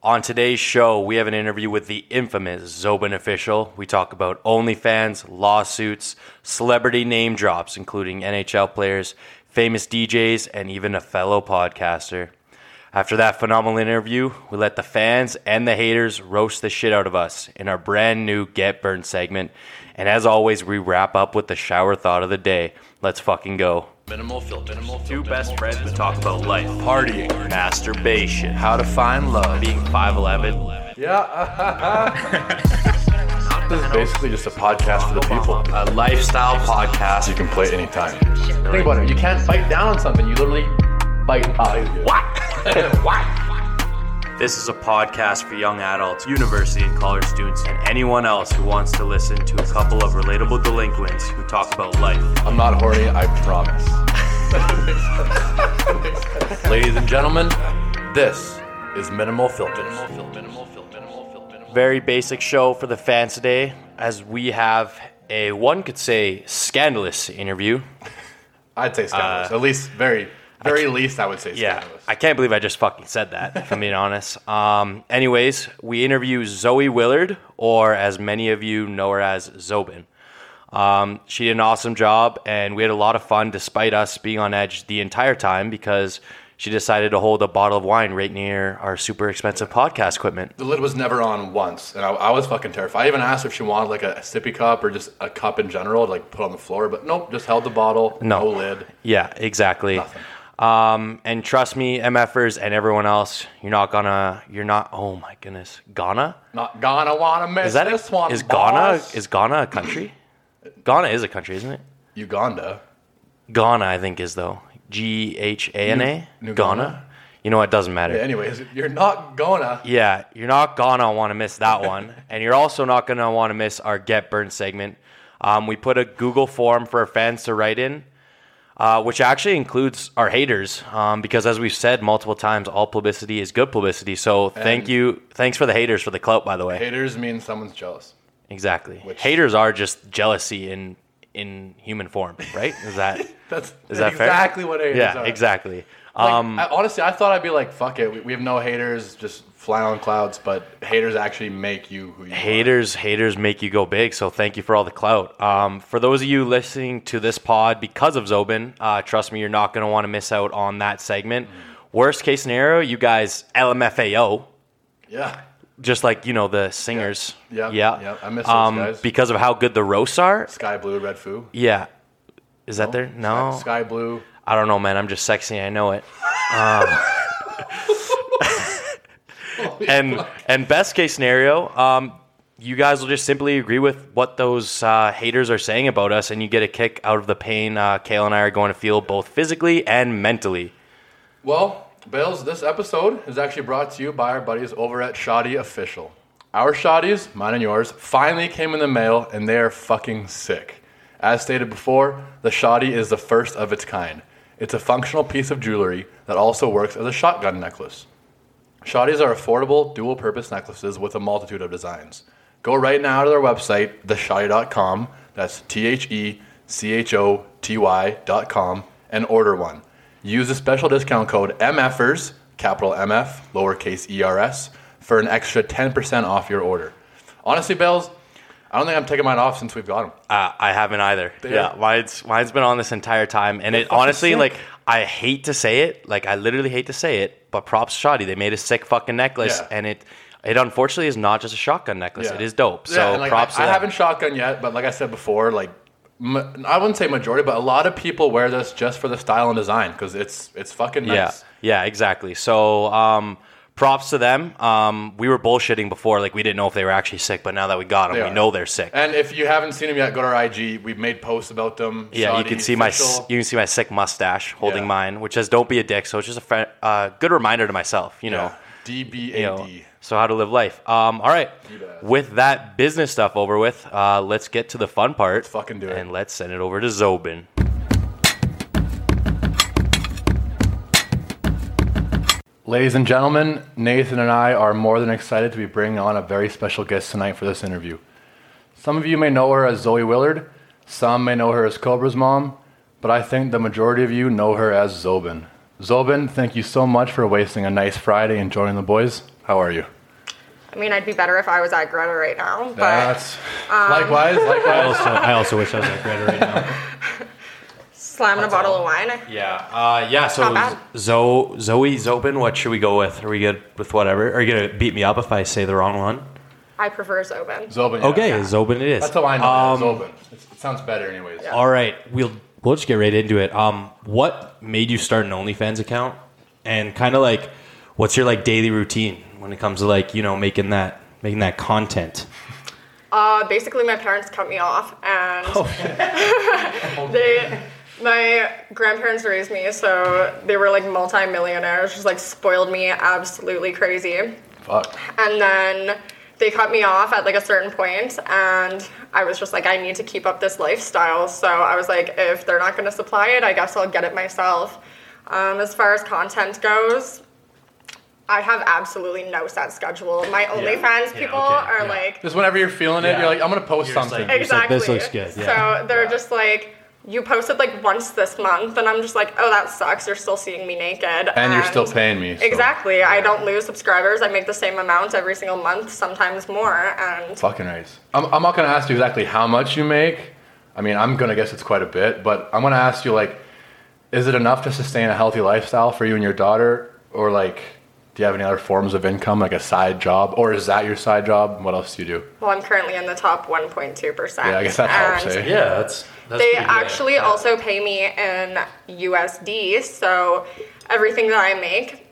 On today's show, we have an interview with the infamous Zobin official. We talk about OnlyFans, lawsuits, celebrity name drops, including NHL players, famous DJs, and even a fellow podcaster. After that phenomenal interview, we let the fans and the haters roast the shit out of us in our brand new Get Burned segment. And as always, we wrap up with the shower thought of the day. Let's fucking go. Minimal filter. Minimal Two best friends that talk about life, Partying. masturbation, How to find love. being 5'11, This is basically just a podcast for the people. A lifestyle podcast. You can play it anytime. Think about it. You can't bite down on something. You literally bite high. This is a podcast for young adults, university and college students, and anyone else who wants to listen to a couple of relatable delinquents who talk about life. I'm not horny, I promise. Ladies and gentlemen, this is Minimal Filters. Very basic show for the fans today, as we have a one could say scandalous interview. I'd say scandalous. At least, very, very least, Uh, I would say Yeah, scandalous. I can't believe I just fucking said that. If I'm being honest. Um, anyways, we interview Zoe Willard, or as many of you know her as Zobin. Um, she did an awesome job, and we had a lot of fun despite us being on edge the entire time because she decided to hold a bottle of wine right near our super expensive podcast equipment. The lid was never on once, and I, I was fucking terrified. I even asked if she wanted like a, sippy cup or just a cup in general, to, like put on the floor, but nope, just held the bottle, No. lid. Yeah, exactly. Um, and trust me, MFers and everyone else, you're not gonna, you're not. Oh my goodness, Ghana. Not gonna wanna miss Is that this one. is Ghana boss. is Ghana a country? Ghana is a country, isn't it? Uganda? Ghana, I think, is though. G H A N A. New Ghana. Ghana? You know what? Doesn't matter. Yeah, Anyways, you're not gonna. you're not gonna want to miss that one, and you're also not gonna want to miss our Get Burned segment. Um, we put a Google form for our fans to write in, uh, which actually includes our haters, um, because as we've said multiple times, all publicity is good publicity. So thank And- you, thanks for the haters for the clout, by the way. Haters mean someone's jealous. Exactly. Which- Haters are just jealousy in in human form, right? Is that That's is that fair? exactly what haters yeah, are. exactly. Like, Um, I, honestly, I thought I'd be like, fuck it, we, we have no haters, just fly on clouds. But haters actually make you who you haters haters make you go big so thank you for all the clout um, for those of you listening to this pod because of zobin uh, trust me you're not going to want to miss out on that segment Mm. worst case scenario you guys lmfao are. Yeah, just like you know the singers Yeah. Yeah. Yeah. I miss those um, guys. because of how good the roasts are sky blue, red foo. yeah is that there no sky blue. I don't know, man. I'm just sexy. I know it. Um, and and best case scenario, um, you guys will just simply agree with what those uh, haters are saying about us, and you get a kick out of the pain uh, Kale and I are going to feel both physically and mentally. Well, Bales, this episode is actually brought to you by our buddies over at Shoddy Official. Our shoddies, mine and yours, finally came in the mail and they are fucking sick. As stated before, the shoddy is the first of its kind. It's a functional piece of jewelry that also works as a shotgun necklace. Shotties are affordable dual purpose necklaces with a multitude of designs. Go right now to their website, theshotty.com, that's T H E C H O T Y.com, and order one. Use the special discount code MFERS, capital MF, lowercase ERS, for an extra 10% off your order. Honestly, Bells, I don't think I'm taking mine off since we've got them. Uh, I haven't either. Yeah. Yeah, mine's mine's been on this entire time, and it fucking honestly, sick. like, I hate to say it, like, I literally hate to say it, but props to Shoddy, they made a sick fucking necklace, Yeah. and it it unfortunately is not just a shotgun necklace. Yeah. It is dope. Yeah, So and, like, props. I, to I them. haven't shotgun yet, but like I said before, like m- I wouldn't say majority, but a lot of people wear this just for the style and design because it's it's fucking nice. Yeah, yeah, exactly. So, um, props to them. Um, we were bullshitting before, like we didn't know if they were actually sick, but now that we got them, They we are. know they're sick. And if you haven't seen them yet, go to our IG. We've made posts about them. yeah, you Saudi can see my s- official. you can see my sick mustache holding Yeah. mine, which says "Don't be a dick." So it's just a fr- uh, good reminder to myself, you know. Yeah. DBAD. You know, so how to live life. Um, all right, with that business stuff over with, uh, let's get to the fun part. Let's fucking do it. and let's send it over to Zobin. Ladies and gentlemen, Nathan and I are more than excited to be bringing on a very special guest tonight for this interview. Some of you may know her as Zoe Willard, some may know her as Cobra's mom, but I think the majority of you know her as Zobin. Zobin, thank you so much for wasting a nice Friday and joining the boys. How are you? I mean, I'd be better if I was at Greta right now. But That's likewise, likewise. Also, I also wish I was at Greta right now. slamming a bottle of wine. Yeah. Uh, yeah. So Not bad. Zo- Zoe Zobin, what should we go with? Are we good with whatever? Are you gonna beat me up if I say the wrong one? I prefer Zobin. Zobin. yeah. Okay, Zobin it is. That's how I know. Um, Zobin. It's, it sounds better, anyways. All right, we'll we'll just get right into it. Um, what made you start an OnlyFans account, and kind of like, what's your like daily routine when it comes to like you know making that making that content? Uh, basically, my parents cut me off, and they, my grandparents raised me, so they were like multi-millionaires, just like spoiled me absolutely crazy. Fuck. and then they cut me off at like a certain point and i was just like i need to keep up this lifestyle so i was like if they're not going to supply it i guess i'll get it myself um, as far as content goes i have absolutely no set schedule my onlyfans Yeah, people okay, are yeah. like Just whenever you're feeling it, Yeah. you're like, I'm gonna post You're just something. like- exactly It's like, "This looks good," yeah. so they're just like you posted like once this month and i'm just like oh that sucks you're still seeing me naked and you're still paying me. so- Exactly. I don't lose subscribers. I make the same amount every single month, sometimes more. And Fucking right. I'm, I'm not gonna ask you exactly how much you make. I mean, I'm gonna guess it's quite a bit, but I'm gonna ask you like, is it enough to sustain a healthy lifestyle for you and your daughter, or like, do you have any other forms of income, like a side job, or is that your side job? What else do you do? well, I'm currently in the top 1.2%. Yeah, I guess that and helps. Eh? Yeah, that's, that's They actually also pay me in USD, so everything that I make,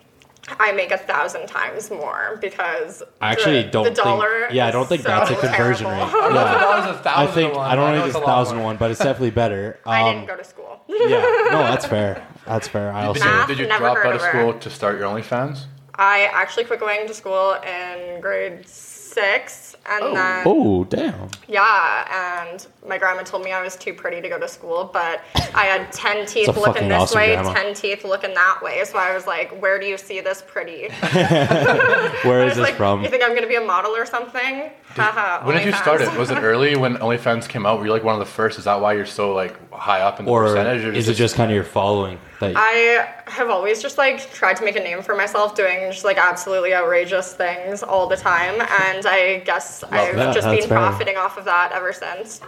I make a thousand times more because I actually the, don't the think- dollar. yeah, I is don't think so that's a conversion terrible. rate. Yeah. I think I don't know if it's a thousand one, but it's definitely better. Um, I didn't go to school. yeah, no, that's fair. That's fair. I Did also you, Math, did you never drop heard out of of her. school to start your OnlyFans? I actually quit going to school in grade six, and then oh damn. Yeah, and my grandma told me I was too pretty to go to school, but I had 10 teeth a looking fucking this awesome way, grandma. 10 teeth looking that way. So I was like, where do you see this pretty? I Where was is this like, from? You think I'm going to be a model or something? Haha. When did you OnlyFans. start it? Was it early when OnlyFans came out? Were you like one of the first? Is that why you're so like high up in the Or percentage? is is it just kind of your following that you, I have always just like tried to make a name for myself doing just like absolutely outrageous things all the time, and I guess I've that. just That's been fair. profiting off of that ever since.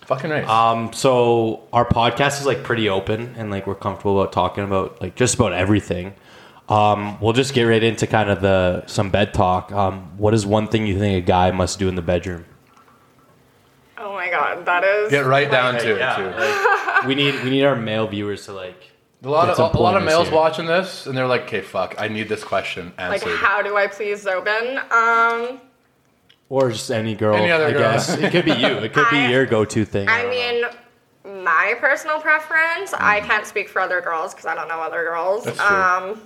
fucking nice? uh, Um, so our podcast is like pretty open and like we're comfortable about talking about like just about everything. Um, we'll just get right into kind of the some bed talk. Um, what is one thing you think a guy must do in the bedroom? Oh my god, that is. Get right down to it. too. we need we need our male viewers to like A lot Get of some a, lot of pointers males here. watching this, and they're like, "Okay, fuck, I need this question Like, answered." how do I please Zobin? Um, or just any girl. Any other I girl. guess it could be you. It could I- be your go-to thing. I don't know. mean, my personal preference. I can't speak for other girls because I don't know other girls. Mm-hmm. That's true. Um,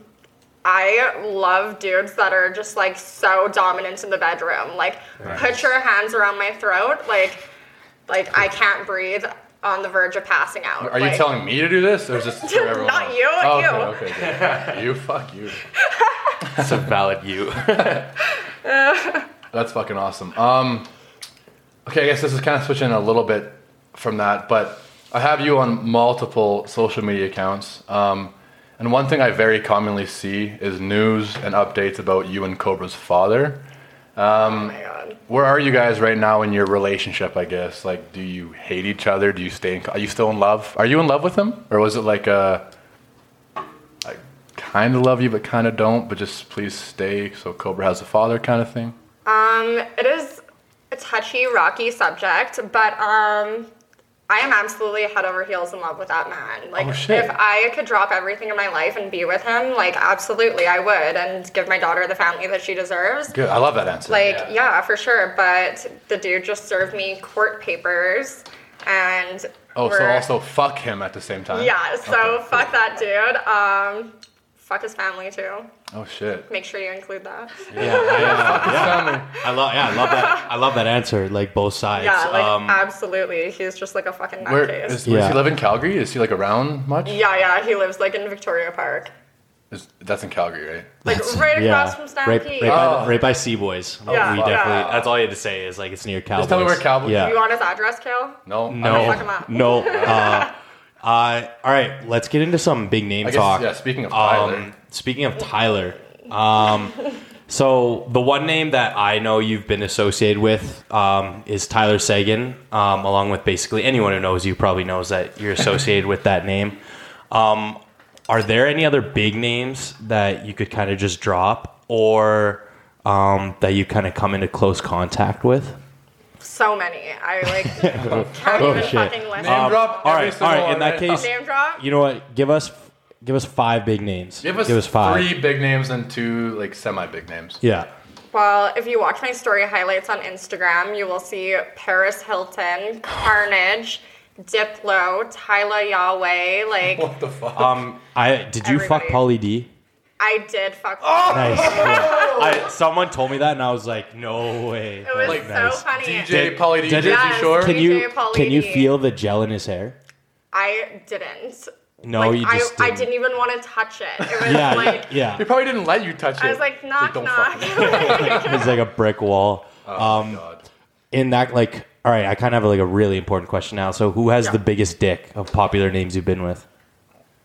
I love dudes that are just like so dominant in the bedroom. Like, put your hands around my throat. Like, like I can't breathe. On the verge of passing out. Are you Like, telling me to do this, or is this for everyone? Not else? you, Oh, you. Okay, okay, good. you, fuck you. it's a valid you. That's fucking awesome. Um, okay, I guess this is kind of switching a little bit from that, but I have you on multiple social media accounts. Um, and one thing I very commonly see is news and updates about you and Cobra's father. Oh my god. Where are you guys right now in your relationship? I guess like, do you hate each other? Do you stay? In, are you still in love? Are you in love with him, or was it like a, I kind of love you but kind of don't, but just please stay so Cobra has a father kind of thing? Um, it is a touchy, rocky subject, but um, I am absolutely head over heels in love with that man. Like, Oh, shit. if I could drop everything in my life and be with him, like, absolutely, I would, and give my daughter the family that she deserves. Good, I love that answer. Like, yeah. for sure. But the dude just served me court papers, and oh, so we're- also fuck him at the same time. yeah. So fuck that dude. Um, fuck his family too. Oh shit. Make sure you include that. Yeah, I, uh, yeah. I love. Yeah, I love that. I love that answer. Like both sides. Yeah, like um, absolutely. He's just like a fucking nutcase. Where is, does Yeah. he live in Calgary? Is he like around much? Yeah, yeah, he lives like in Victoria Park. Is, that's in Calgary, right? Like right across yeah, from Snap right, Peak. right, by, Oh. right by Seaboys. Yeah, we yeah. definitely. That's all you had to say is like it's near Cowboys. tell me where Cowboys Yeah. you want his address, Kale? No. I'll No, fuck 'em up. no. Uh, uh, all right, let's get into some big name I guess, talk. Um, yeah, speaking of Tyler. Um, speaking of Tyler, um, So the one name that I know you've been associated with um, is Tyler Sagan, um, along with basically anyone who knows you probably knows that you're associated with that name. Um, are there any other big names that you could kind of just drop, or um, that you kind of come into close contact with? So many. I like can't even Oh, shit. fucking list. Name drop. Um, All right, every all single right. one, In that right? case, Name drop. you know what? Give us give us five big names. give us, give us five. three big names and two like semi big names. Yeah. Well, if you watch my story highlights on Instagram, you will see Paris Hilton, Carnage, Diplo, Tyler Yahweh. Like What the fuck? Um. I did you fuck Everybody. Polly D? I did fuck. Oh! Nice. I, someone told me that, and I was like, "No way!" Oh. it was like, so nice. funny. DJ Pauly D, did- Jersey Yes. Shore. Can DJ you Pauly can you D. feel the gel in his hair? I didn't. No, like, you just I, didn't. I didn't even want to touch it. It was Yeah, like yeah. He probably didn't let you touch it. I was like He's knock "Don't fuck knock. with me." It's like a brick wall. Oh Um, my God. In that, like, all right, I kind of have like a really important question now. So, who has Yeah. the biggest dick of popular names you've been with?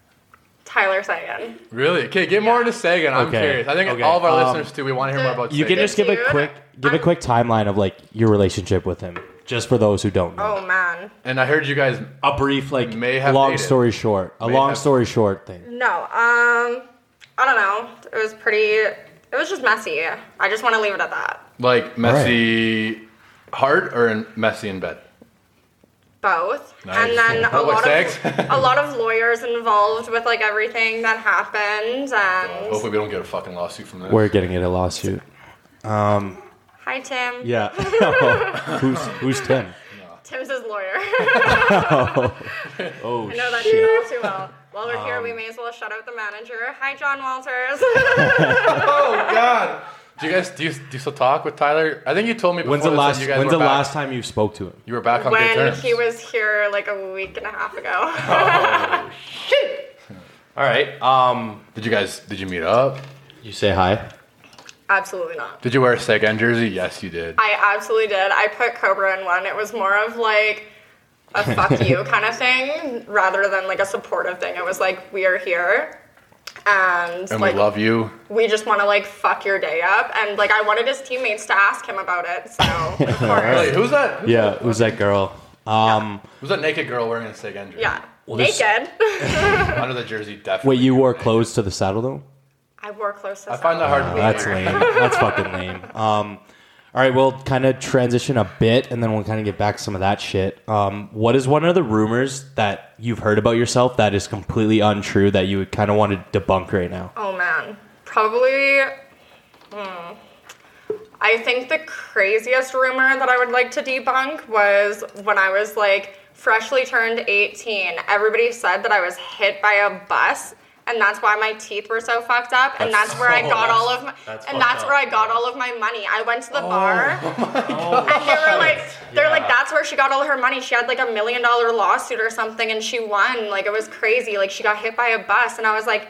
Tyler Sagan. Really? Okay, get more into Sagan. I'm Okay. curious. I think Okay. all of our Um, listeners too. We want to hear more about. You Sagan. can just give a Dude, quick give a I'm- quick timeline of like your relationship with him, just for those who don't know. Oh man. And I heard you guys. Oh. A brief, like, May have long dated. story short, a May long have- story short thing. No. Um. I don't know. It was pretty. It was just messy. I just want to leave it at that. Like messy, hard or in, messy in bed. both Nice. and then a Public lot sex? of a lot of lawyers involved with like everything that happened and Hopefully, we don't get a fucking lawsuit from this. We're getting in a lawsuit. hi tim Yeah. who's who's Tim? tim's his lawyer Oh i know that shit. you know too well while we're here we may as well shout out the manager hi john walters oh God. Do you guys do you, do you still talk with Tyler? I think you told me. Before When's the this that last You guys When's were the back- last time you spoke to him? You were back on good when terms. he was here like a week and a half ago All right. Um, Did you guys? Did you meet up? You say hi. absolutely not Did you wear a Sagan jersey? Yes, you did. i absolutely did i put cobra in one it was more of like a fuck you kind of thing rather than like a supportive thing it was like we are here and, and like we love you. we just want to like fuck your day up and like i wanted his teammates to ask him about it so of course. Wait, who's that? Who's Yeah, who's that girl? Um, Who's that naked girl wearing a Sagan jersey? yeah this- naked Under the jersey, definitely. wait, you wore clothes to the saddle dome? i wore clothes to I find that hard to believe. Oh, That's lame. That's fucking lame. Um, all right, we'll kind of transition a bit, and then we'll kind of get back to some of that shit. Um, what is one of the rumors that you've heard about yourself that is completely untrue that you would kind of want to debunk right now? oh man probably hmm. i think the craziest rumor that i would like to debunk was when i was like freshly turned 18 everybody said that i was hit by a bus and that's why my teeth were so fucked up, and that's, where I got all of my, and that's Oh where I got all of my money. I went to the bar, And they were like, they're like, that's where she got all her money. She had like a million dollar lawsuit or something, and she won. Like it was crazy. Like she got hit by a bus, and I was like,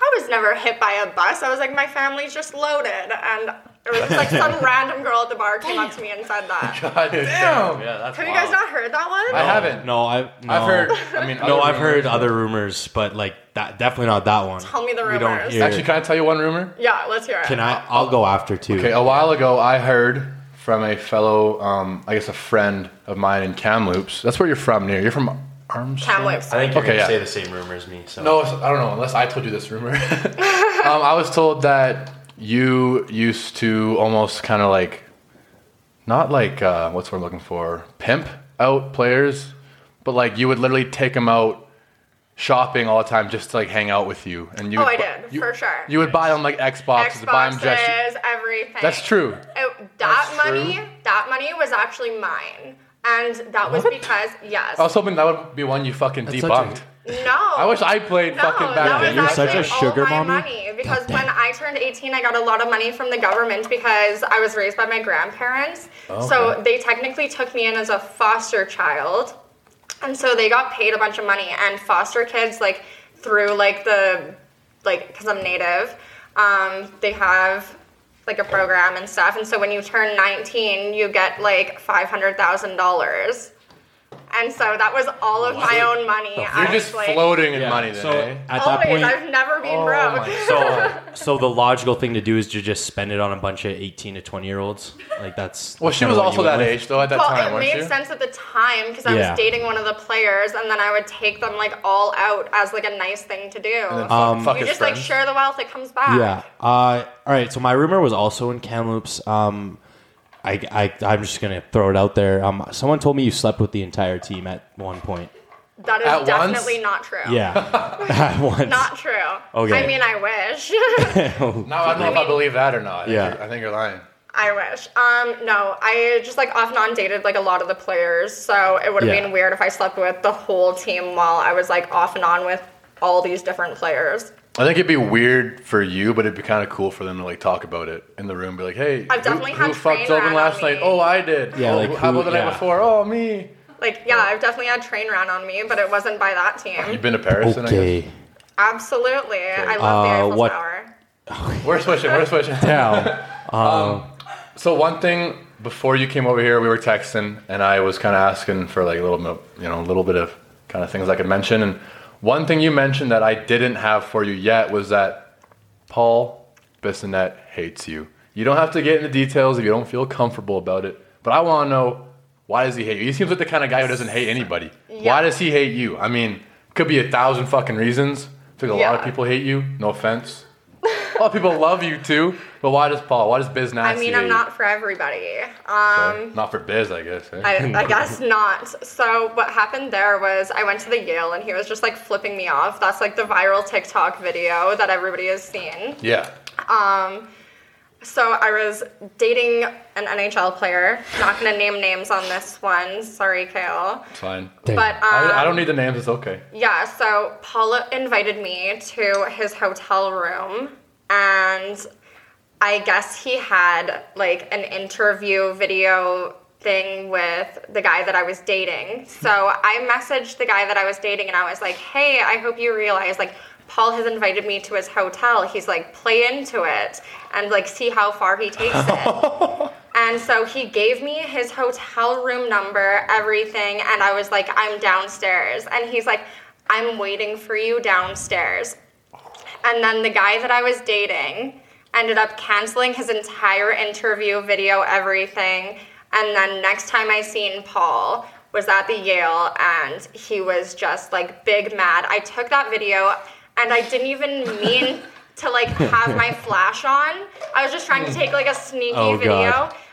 I was never hit by a bus. I was like, my family's just loaded, and it was just, like some random girl at the bar came up to me and said that. God damn. yeah, that's Have you guys wild. not heard that one? I haven't. No, I've no. I've heard. I mean, No, other I've heard rumors. other rumors, but like that, definitely not that one. Tell me the We don't rumors. hear- Actually, can I tell you one rumor? Yeah, let's hear it. Can I? I'll go after too. Okay, a while ago, I heard from a fellow, um, I guess a friend of mine in Kamloops. That's where you're from, near. You're from Arms. Kamloops. I think you're Okay, gonna yeah. say the same rumor as me. So No, it's- I don't know. Unless I told you this rumor, um, I was told that you used to almost kind of like, not like uh, what's what I'm looking for, pimp out players, but like you would literally take them out shopping all the time just to like hang out with you. And you Oh, would I bu- did, you- for sure. You would buy them like Xboxes, buy them dress. Xboxes, everything. That's true. It, that That's money, true. that money was actually mine, and that was because yes, I was hoping that would be one you fucking such a- debunked. no. Oh, I wish I played No, fucking back that then. was You're such a actually sugar all my mommy. money because God when damn. I turned 18, I got a lot of money from the government because I was raised by my grandparents. So they technically took me in as a foster child, and so they got paid a bunch of money. And foster kids, like through like the like because I'm native, um, they have like a program and stuff. And so when you turn 19, you get like five hundred thousand dollars. And so that was all of my own money. I You're was just like, floating in Yeah, money then. so eh? at that Always, point, Oh, I've never been Oh broke. so my so the logical thing to do is to just spend it on a bunch of eighteen to twenty year olds. Like that's Well, that's she kinda was what you also went that with. age though at that Well, time, it weren't made you? sense at the time because I Yeah. was dating one of the players, and then I would take them like all out as like a nice thing to do. And then fuck- Um, fuck you his just friends. like share the wealth; it comes back. Um, Yeah. Uh, all right. So my rumor was also in Kamloops. Um, I, I I'm just gonna throw it out there. Um, someone told me you slept with the entire team at one point. that is At once? definitely not true. Yeah. Oh, at once. not true. Okay. I mean, I wish. No, I don't know if I mean- believe that or not. I think Yeah. you're- I think you're lying. I wish. Um, no, I just like off and on dated like a lot of the players, so it would have Yeah. been weird if I slept with the whole team while I was like off and on with all these different players. I think it'd be weird for you, but it'd be kind of cool for them to like talk about it in the room. Be like, "Hey, I've who- definitely who, had fucked train open ran last on night? me. Oh, I did. Yeah, Oh, like, how who- about the yeah. night before? Oh, me. Like, yeah, I've definitely had train ran on me, but it wasn't by that team. You've been to Paris, and I guess. Okay. Absolutely, I love the Uh, Eiffel what- Tower. We're switching. We're switching. Now, So one thing before you came over here, we were texting, and I was kind of asking for like a little, mo- you know, a little bit of kind of things I could mention. And one thing you mentioned that I didn't have for you yet was that Paul Bissonette hates you. You don't have to get into details if you don't feel comfortable about it. But I want to know why does he hate you? He seems like the kind of guy who doesn't hate anybody. Why Yeah. does he hate you? I mean, could be a thousand fucking reasons. I think a lot of Yeah. people hate you. No offense. A lot of people love you too, but why does Paul? Why does Biz I Nasty mean, hate I'm you? not for everybody. Um, Not for biz, I guess. eh? I, I guess not. So what happened there was I went to the Yale and he was just like flipping me off. That's like the viral TikTok video that everybody has seen. yeah. So I was dating an NHL player. Not gonna name names on this one. Sorry, Kale. It's fine. But um, I, I don't need the names. It's okay. Yeah, so Paula invited me to his hotel room, and I guess he had like an interview video thing with the guy that I was dating. So I messaged the guy that I was dating, and I was like, hey, I hope you realize, like, Paul has invited me to his hotel. He's like, play into it and like see how far he takes it. And so he gave me his hotel room number, everything, and I was like, I'm downstairs. And he's like, I'm waiting for you downstairs. And then the guy that I was dating ended up canceling his entire interview, video, everything. And then next time I seen Paul was at the Yale and he was just like big mad. I took that video and I didn't even mean to like have my flash on. I was just trying to take like a sneaky Oh, God.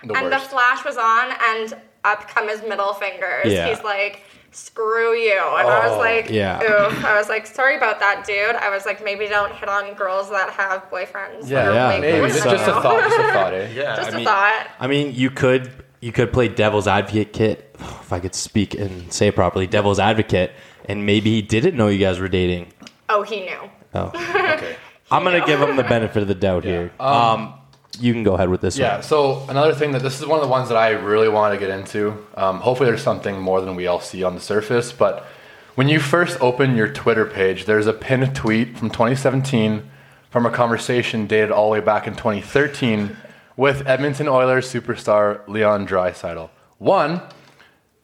video The and worst. the flash was on and up come his middle fingers. Yeah. He's like screw you and i Oh, was like yeah. oof i was like sorry about that dude i was like maybe don't hit on girls that have boyfriends Yeah, Or, yeah, like, Maybe Maybe just, so. just a thought. Just a thought. Eh? Yeah. just I a mean, thought I mean, you could you could play devil's advocate, kit. If I could speak and say it properly, devil's advocate, and maybe he didn't know you guys were dating. oh he knew Okay. I'm gonna give him the benefit of the doubt here. Um, you can go ahead with this Yeah. So another thing that this is one of the ones that I really want to get into. Um, hopefully, there's something more than we all see on the surface. But when you first open your Twitter page, there's a pinned tweet from 2017 from a conversation dated all the way back in 2013 with Edmonton Oilers superstar Leon Draisaitl. One,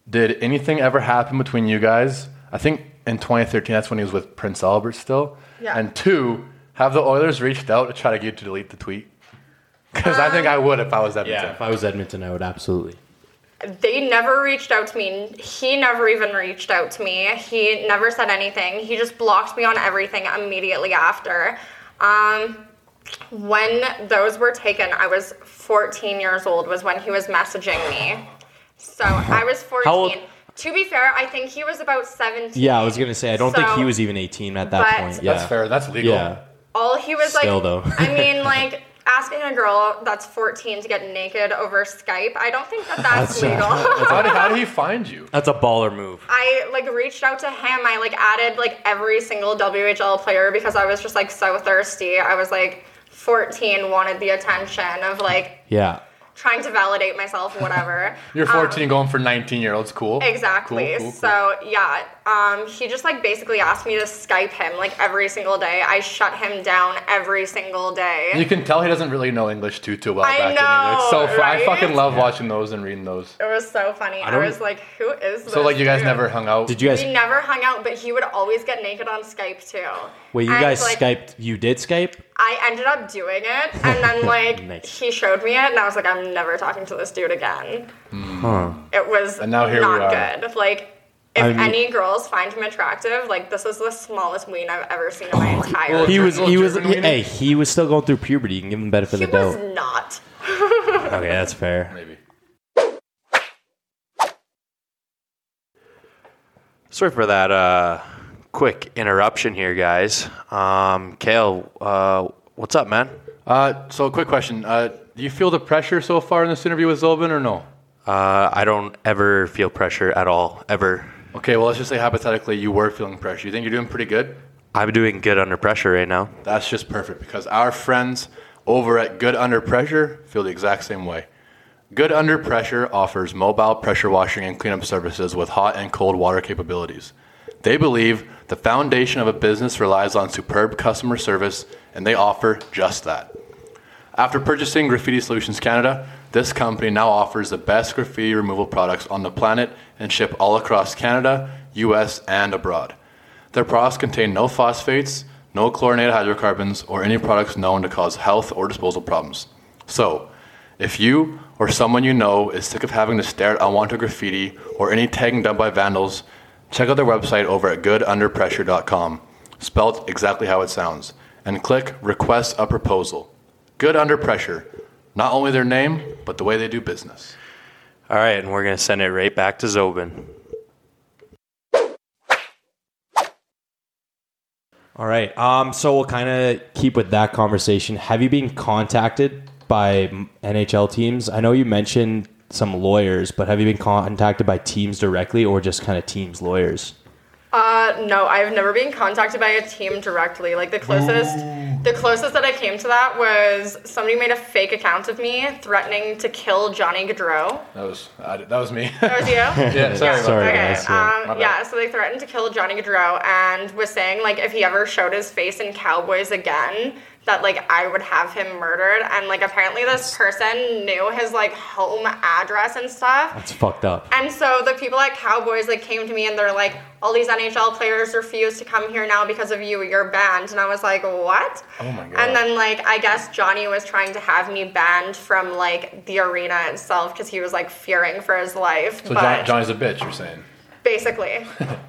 did anything ever happen between you guys? I think in 2013, that's when he was with Prince Albert still. Yeah. And two, have the Oilers reached out to try to get you to delete the tweet? Because I think I would if I was one. Edmonton. If I was Edmonton, I would absolutely. they never reached out to me. He never even reached out to me. He never said anything. He just blocked me on everything immediately after. Um, when those were taken, I was 14 years old, was when he was messaging me. So I was 14. How old- To be fair, I think he was about 17. Yeah, I was gonna say I don't think So- he was even 18 at that but- point. Yeah, That's fair. That's legal. Yeah, all he was Still, like though. i mean like asking a girl that's 14 to get naked over skype i don't think that that's, legal How, did, how did he find you? that's a baller move. i like reached out to him i like added like every single whl player because i was just like so thirsty i was like 14 wanted the attention of like Yeah, trying to validate myself, whatever. You're Um, 14 going for 19 year olds. Cool. Exactly. Cool, cool, cool. So yeah, um, he just like basically asked me to Skype him like every single day. I shut him down every single day. You can tell he doesn't really know English too too well I back then either. It's so know, fun. I right? fucking love watching those and reading those. it was so funny. I, don't- was like, who is this? So like you guys dude? never hung out. Did you guys? We never hung out, but he would always get naked on Skype too. Wait, you And, guys like, Skyped? You did Skype? I ended up doing it, and then like Nice. he showed me it, and I was like, I'm never talking to this dude again. It was Hmm. And now here we not are. good. Like, if I mean- any girls find him attractive, like this is the smallest ween I've ever seen in my entire. Well, life. Oh, He was. He was. German Hey, he was still going through puberty. You can give him the benefit He of the doubt. was not. Okay, that's fair. Maybe. Sorry for that uh, quick interruption here, guys. Um, Kale, uh, what's up, man? Uh, so quick question. Uh, do you feel the pressure so far in this interview with Zobin or no? Uh, I don't ever feel pressure at all, ever. Okay, well let's just say hypothetically you were feeling pressure. You think you're doing pretty good? I'm doing good under pressure right now. That's just perfect because our friends over at Good Under Pressure feel the exact same way. Good Under Pressure offers mobile pressure washing and cleanup services with hot and cold water capabilities. They believe the foundation of a business relies on superb customer service, and they offer just that. After purchasing Graffiti Solutions Canada, this company now offers the best graffiti removal products on the planet and ship all across Canada, US, and abroad. Their products contain no phosphates, no chlorinated hydrocarbons, or any products known to cause health or disposal problems. So, if you or someone you know is sick of having to stare at unwanted graffiti or any tagging done by vandals, check out their website over at goodunderpressure.com, spelled exactly how it sounds, and click Request a Proposal. Good Under Pressure. Not only their name, but the way they do business. All right, and we're going to send it right back to Zobin. All right. Um. So we'll kind of keep with that conversation. Have you been contacted by mm, NHL teams? I know you mentioned some lawyers, but have you been contacted by teams directly or just kind of teams lawyers? Uh, no, I've never been contacted by a team directly. Like the closest, Oh. the closest that I came to that was somebody made a fake account of me threatening to kill Johnny Gaudreau. That was I, that was me. That was you. yeah, sorry. about Sorry, that. Okay. guys, yeah. Um, yeah. So they threatened to kill Johnny Gaudreau and was saying like if he ever showed his face in Cowboys again, that like I would have him murdered. And like apparently this person knew his like home address and stuff. It's fucked up. And so the people at Cowboys like came to me and they're like, all these NHL players refuse to come here now because of you. You're banned. And I was like, what? Oh my God. And then like I guess Johnny was trying to have me banned from like the arena itself because he was like fearing for his life. So but John, Johnny's a bitch, you're saying. basically.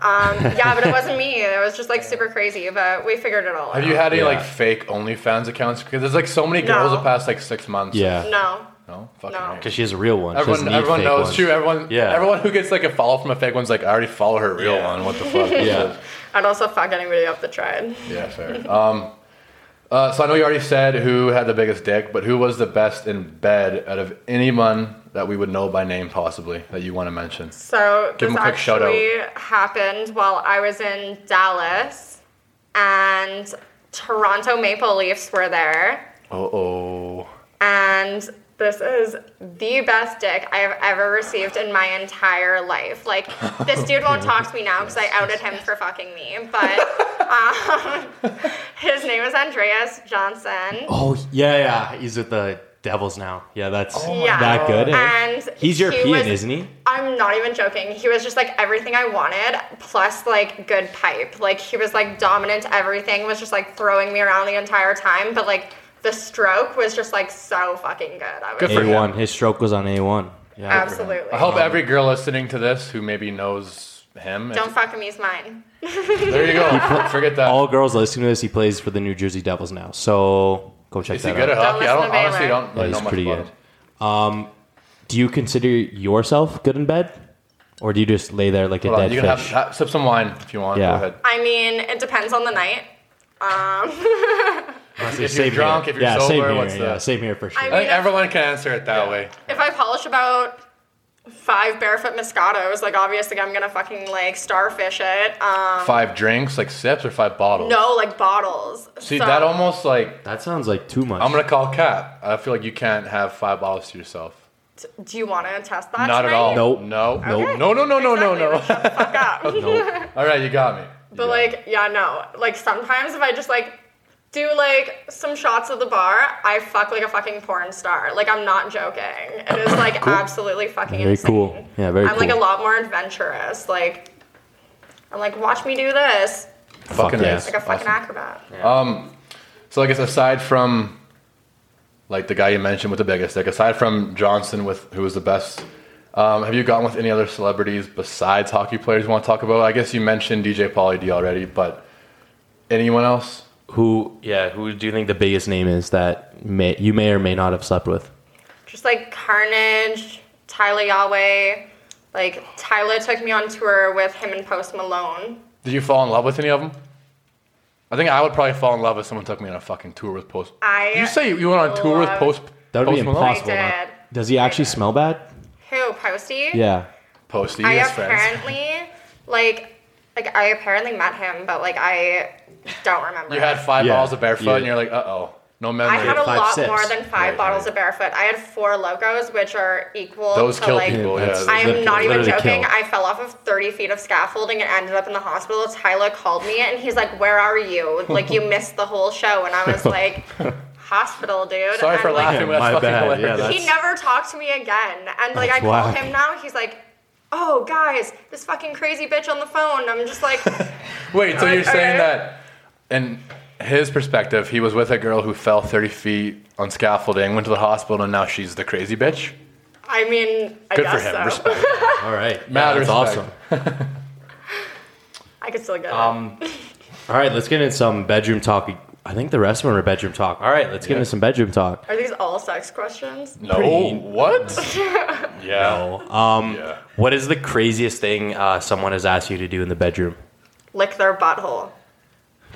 Um, yeah, but it wasn't me. It was just like super crazy, but we figured it all out. Have you had any Yeah. like fake OnlyFans accounts? Because there's like so many girls No. the past like six months. Yeah. no. No? Fucking No. right. Because she has a real one. She doesn't Everyone, need everyone fake knows. ones. True. Everyone. Yeah. Everyone who gets like a follow from a fake one's like, I already follow her real Yeah. one. What the fuck? Yeah. I'd also fuck anybody up that tried. Yeah. Fair. Um. Uh, so I know you already said who had the biggest dick, but who was the best in bed out of anyone that we would know by name, possibly that you want to mention? So Give this him a quick shout out. actually happened while I was in Dallas, and Toronto Maple Leafs were there, Uh oh. and this is the best dick I have ever received in my entire life. Like, this dude won't talk to me now because I outed him for fucking me, but um, his name is Andreas Johnson. Oh yeah, yeah. He's with the Devils now. Yeah, that's Yeah. that good. eh? Oh And He's he European, was- isn't he? I'm not even joking. He was just like everything I wanted, plus like good pipe. Like he was like dominant. Everything was just like throwing me around the entire time. But like the stroke was just like so fucking good. I was Good for A him. one. His stroke was on A one. Yeah. absolutely. I hope every girl listening to this who maybe knows him. Don't fuck him. He's mine. there you go. Forget that. All girls listening to this, he plays for the New Jersey Devils now. So go check Is he that good at out. hockey? I listen don't to honestly Baylor. don't Yeah, really know he's much pretty about good. him. Do you consider yourself good in bed, or do you just lay there like a Hold on, dead you can have, fish? have- sip some wine if you want. Yeah. Go ahead. I mean, it depends on the night. Um, If you're drunk, if you're yeah, sober, same here. what's yeah, the- same here for sure. I I think everyone can answer it that way. if I polish about five barefoot Moscatos. Like, obviously, I'm gonna fucking like starfish it. Um, Five drinks, like sips, or five bottles. no, like bottles. See, So- that almost like That sounds like too much. I'm gonna call Kat. I feel like you can't have five bottles to yourself. Do you want to test that? Not at tonight? all. Nope. No. Okay. No. No. No. No. No. No. Exactly, like, shut the fuck up. All right, you got me. You But got me. like, yeah, no. Like sometimes if I just like do like some shots at the bar, I fuck like a fucking porn star. Like I'm not joking. It is like absolutely fucking Very insane. cool. Yeah, very I'm like a cool. lot more adventurous. Like I'm like, watch me do this. fucking yeah. nice. Like a fucking Awesome. acrobat. So I guess aside from like the guy you mentioned with the biggest dick, aside from Johnson with who was the best, um, have you gone with any other celebrities besides hockey players you want to talk about? I guess you mentioned DJ Pauly D already, but anyone else? who? Yeah, who do you think the biggest name is that may, you may or may not have slept with? Just like Carnage, Tyler Yahweh. Like Tyler took me on tour with him and Post Malone. Did you fall in love with any of them? I think I would probably fall in love if someone took me on a fucking tour with Post. I you say you went on tour with love- Post. That would Post be Malone? impossible. I not- did. Does he actually smell bad? Who, Posty? Yeah. Posty, I his friends. apparently like like I apparently met him, but like I don't remember. You had five Yeah. bottles of barefoot, Yeah. and you're like, uh oh, no memory. I had a five lot sips. more than five bottles of barefoot. I had four logos, which are equal Those to kill like. people. Oh, Yeah, that's- those I'm Literally- not even literally joking. kill. I fell off of 30 feet of scaffolding and ended up in the hospital. Tyler called me and he's like, "Where are you? Like you missed the whole show." And I was like, "Hospital, dude." Sorry And, for like, laughing. but my That's fucking bad. Yeah, hilarious. that's- he never talked to me again. And like I That's call whack. him now, he's like, "Oh guys, this fucking crazy bitch on the phone." And I'm just like, Wait, so Like, you're saying okay. that in his perspective, he was with a girl who fell 30 feet on scaffolding, went to the hospital, and now she's the crazy bitch? I mean, I Good guess for him. so. Respect. All right. Mad that's respect. awesome. I could still get it. All right, let's get into some bedroom talk. I think the rest of them are bedroom talk. All right, let's get into some bedroom talk. Are these all sex questions? No, Pretty- what? yeah. Um, yeah. What is the craziest thing uh, someone has asked you to do in the bedroom? Lick their butthole.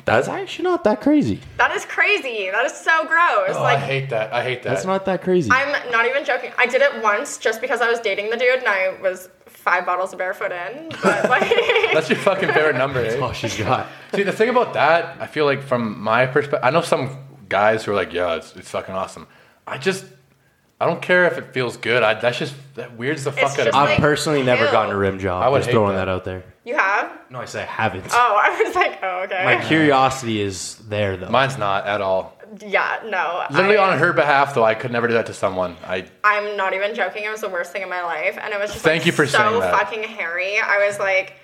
That's actually not that crazy. That is crazy. That is so gross. Oh, I like hate that. I hate that. That's not that crazy. I'm not even joking. I did it once just because I was dating the dude and I was five bottles of barefoot in. But like That's your fucking favorite number, eh? oh, she's got. See, the thing about that, I feel like from my perspective, I know some guys who are like, yeah, it's, it's fucking awesome. I just, I don't care if it feels good. I, that's just, that weirds the fuck It's out of just me. like- I've personally never Ew. gotten a rim job. I would just hate throwing that. that. out there. you have? No, I say I haven't. Oh, I was like, oh okay. My curiosity is there though. Mine's not at all. yeah, no. Literally I, on her behalf, though, I could never do that to someone. I I'm not even joking. It was the worst thing in my life, and it was just Thank like, you for so saying that. fucking hairy. I was like,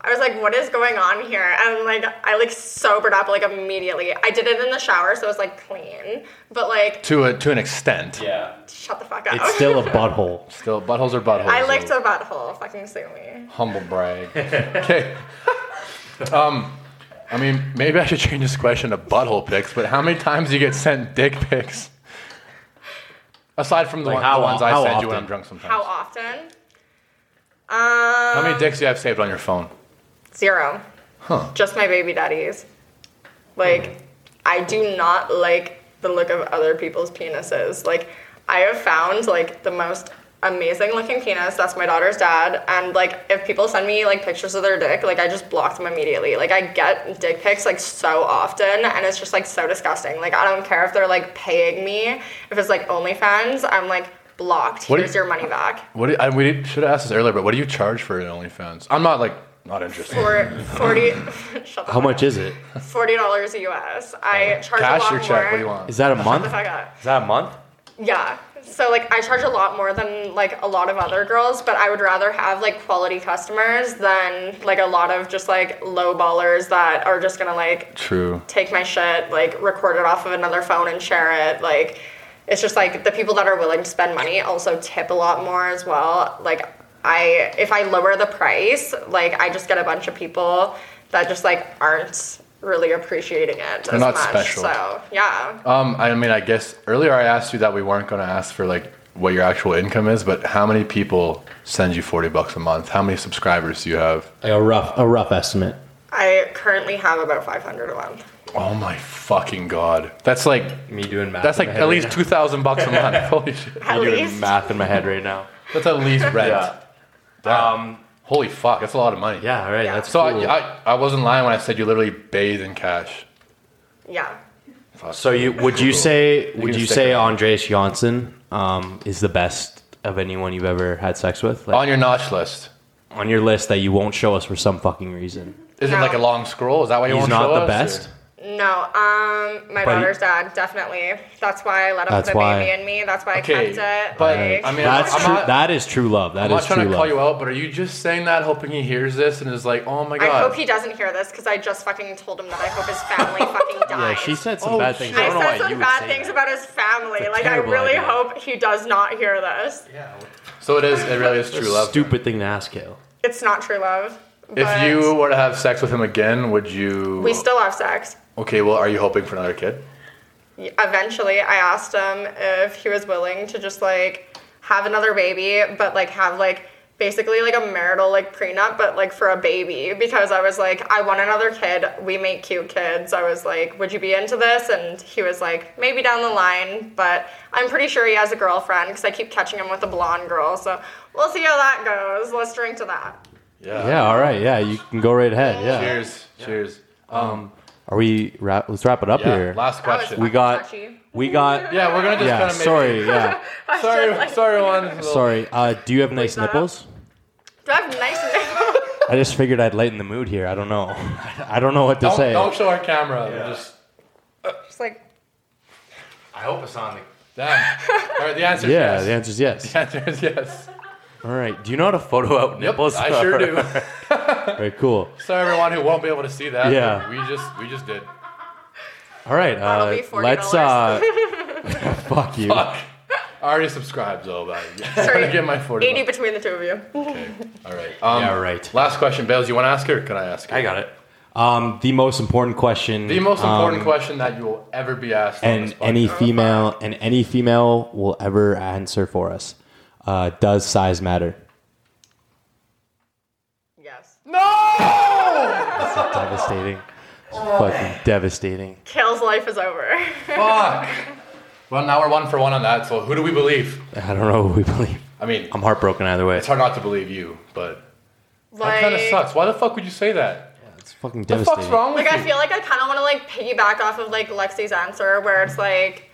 I was like, what is going on here? And like, I like sobered up like immediately. I did it in the shower, so it was like clean, but like, to a to an extent. Yeah. shut the fuck up. it's still a butthole. Still, buttholes are buttholes. I licked so a butthole. Fucking sue me. humble brag. okay. um, I mean, maybe I should change this question to butthole pics. But how many times do you get sent dick pics? Aside from the, Like one- how the ones o- I how send you when often? I'm drunk sometimes. How How, often? Um, many dicks do you have saved on your phone? Zero. Huh. Hmm. Just my baby daddies. Like, I do not like the look of other people's penises. Like, I have found like the most amazing looking penis. That's my daughter's dad. And like, if people send me like pictures of their dick, like I just block them immediately. Like, I get dick pics like so often, and it's just like so disgusting. Like, I don't care if they're like paying me. If it's like OnlyFans, I'm like blocked. What do Here's you- your money back. What do you, I, we should have asked this earlier, but what do you charge for an OnlyFans? I'm not like not interested. For forty. shut How the fuck up. much is it? Forty dollars US. I charge a Cash lot or more. check? What do you want? Is that a month? If I got- Is that a month? Yeah. So like I charge a lot more than like a lot of other girls, but I would rather have like quality customers than like a lot of just like low ballers that are just gonna like True. take my shit, like record it off of another phone and share it. Like it's just like the people that are willing to spend money also tip a lot more as well. Like I if I lower the price, like I just get a bunch of people that just like aren't really appreciating it as not much. special. So yeah. Um, I mean, I guess earlier I asked you that we weren't going to ask for like what your actual income is, but how many people send you forty bucks a month? How many subscribers do you have? Like a rough, a rough estimate. I currently have about five hundred a month. Oh my fucking god, that's like Me doing math. that's like at least two thousand bucks a month. Holy shit! At doing least. math in my head right now. That's at least rent. Yeah. Um, Holy fuck, that's a lot of money. Yeah, all right. Yeah. That's So cool. I, I, I wasn't lying when I said you literally bathe in cash. Yeah. Fuck. so you would you say would can you stick say around. Andreas Janssen um, is the best of anyone you've ever had sex with? Like, on your notch list. on your list that you won't show us for some fucking reason. Is it No. like a long scroll? Is that why you He's won't not show the us, best. or- No, um, my But he- daughter's dad definitely. That's why I let him That's put the why. baby in me. That's why I Okay, kept it. but like- I mean, That's I'm true. not- that is true love. That I'm not is trying true to call love. you out, but are you just saying that hoping he hears this and is like, oh my god? I hope he doesn't hear this because I just fucking told him that I hope his family fucking Yeah, dies. she said some Oh, bad things. shit. I I don't know why said you some would bad say things that. about his family. a Like, I terrible really idea. hope he does not hear this. so it is. It really is true love. Stupid thing to ask, Kale. It's not true love. If but you were to have sex with him again, would you? we still have sex. Okay, well, are you hoping for another kid? Eventually, I asked him if he was willing to just like have another baby, but like have like basically like a marital like prenup, but like for a baby because I was like, I want another kid. We make cute kids. I was like, would you be into this? And he was like, maybe down the line, but I'm pretty sure he has a girlfriend because I keep catching him with a blonde girl. So we'll see how that goes. Let's drink to that. Yeah, all right. Yeah, you can go right ahead. Yeah. Cheers. Cheers. Are we wrap? Let's wrap it up Yeah. here. Last That was question. we fucking got. touchy. We got. yeah, we're gonna just Yeah. kind of make. Sorry. Yeah. I Sorry. just, like, sorry, one. Sorry. Uh, do you have nice that up. nipples? Do I have nice nipples? I just figured I'd lighten the mood here. I don't know. I don't know what to Don't, say. don't show our camera. We're Just Just like I hope it's on the. damn. All right, the answer is yeah, yes. the answer's yes. The answer is yes. All right. Do you know how to photo out Yep, nipples? I sure do. All right. Cool. Sorry, everyone who won't be able to see that. Yeah. We just we just did. All right. That'll Uh, be $40. let's. Uh, fuck you. I already subscribed, so but Sorry. I get my forty. 80 between the two of you. All right. Um, Yeah, right. Last question, Bales. You want to ask her? Or can I ask her? I got it. Um, the most important question. The most um, important question that you will ever be asked. on and this podcast. any Oh, female and any female will ever answer for us. Uh, does size matter? Yes. Devastating. It's fucking devastating. Kale's life is over. Fuck. Well, now we're one for one on that. So who do we believe? I don't know what we believe. I mean, I'm heartbroken either way. it's hard not to believe you, but that like, kind of sucks. Why the fuck would you say that? It's fucking What the devastating. fuck's wrong with like I you? feel like I kind of want to like piggyback off of like Lexi's answer, where it's like,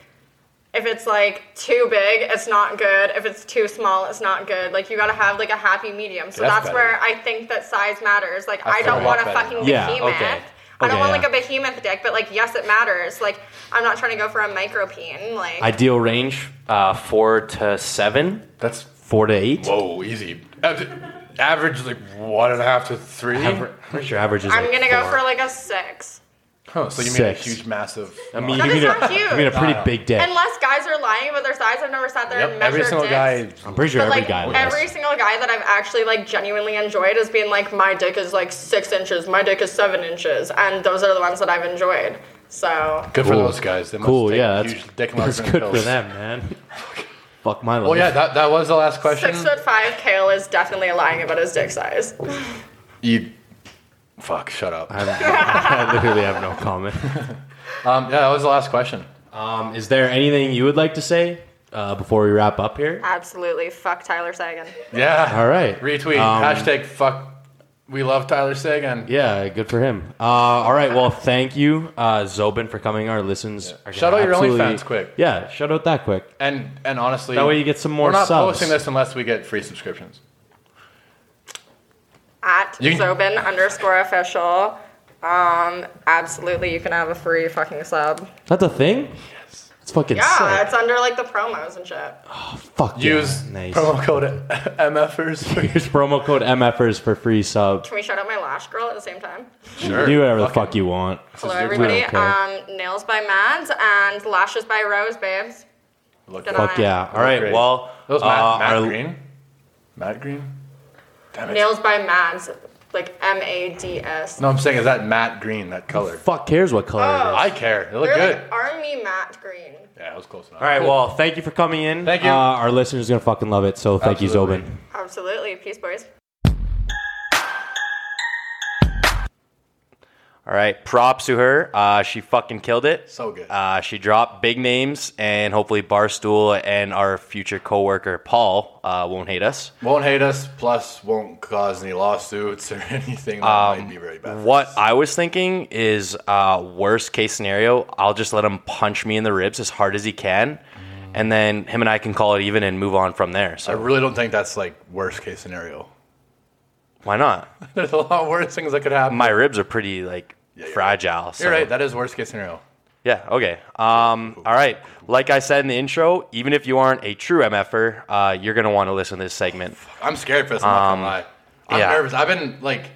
if it's like too big, it's not good. If it's too small, it's not good. Like you gotta have like a happy medium. So That's that's, better. where I think that size matters. Like That's I don't a lot want a better. fucking Yeah, behemoth. okay. I don't Okay, want yeah. like a behemoth dick, but like yes, it matters. Like I'm not trying to go for a micro peen. Like Ideal range uh, four to seven, That's four to eight. whoa, easy. Av- Average like one and a half to three. Aver- I'm pretty sure average is. I'm like gonna go four. for like a six. Huh, so you mean Six. a huge, massive? I mean, That you is mean, a, not huge. you mean a pretty Nah. big dick. Unless guys are lying about their size, I've never sat there Yep, and measured every single dicks. guy. I'm pretty sure But every like guy. lies. every single guy that I've actually like genuinely enjoyed has been like my dick is like six inches, my dick is seven inches, and those are the ones that I've enjoyed. So Good for Cool. those guys. They must cool. take Yeah, that's, huge dick that's enlargement good for pills. them, man. Fuck my life. Well, Oh, yeah, that, that was the last question. six foot five, Kale is definitely lying about his dick size. You, fuck, shut up. Um, I literally have no comment. yeah, that was the last question. Um, is there anything you would like to say uh, before we wrap up here? Absolutely, fuck Tyler Sagan. Yeah. All right. Retweet Um, hashtag fuck. We love Tyler Sagan. Yeah, good for him. Uh, all right, well, thank you, uh, Zobin, for coming. Our listens. Are Shout out your absolutely- OnlyFans quick. Yeah, shout out that quick. And and honestly, That way you get some more We're not subs. posting this unless we get free subscriptions. At You- Zobin underscore official. Um, absolutely, you can have a free fucking sub. That's a thing. Yes. It's fucking Yeah, sick. it's under like the promos and shit. Fuck yeah, Use nice. promo code MFers. Here's promo code MFers for free sub. Can we shout out my lash girl at the same time? sure. Do whatever the fuck you want. Hello, Zobin. everybody. We don't Um, nails by Mads and lashes by Rose, babes. Look, Did that Fuck yeah. All right, Great. well, was Matt, uh, Matt our- Green. Matt Green. Damn it. Nails by Mads, like M A D S. No, I'm saying is that Matt Green that color. Fuck cares what color it is. I care. It looked They're good. like army matte green. yeah, it was close enough. All right, well, thank you for coming in. Thank you. Uh, our listeners are gonna fucking love it. So thank Absolutely. you, Zobin. Absolutely. Peace, boys. All right, props to her. Uh, she fucking killed it. So good. Uh, she dropped big names, and hopefully Barstool and our future coworker Paul uh, won't hate us. Won't hate us, plus won't cause any lawsuits or anything that might be very bad. for Um, What us. I was thinking is uh, worst case scenario, I'll just let him punch me in the ribs as hard as he can, and then him and I can call it even and move on from there. I So really don't think that's like worst case scenario. why not? There's a lot worse things that could happen. My ribs are pretty like you're fragile. So. You're right. That is worst case scenario. Yeah. Okay. Um, all right. Like I said in the intro, even if you aren't a true MFer, uh, you're gonna want to listen to this segment. I'm scared for this. I'm not gonna lie. I'm Um, yeah. nervous. I've been like,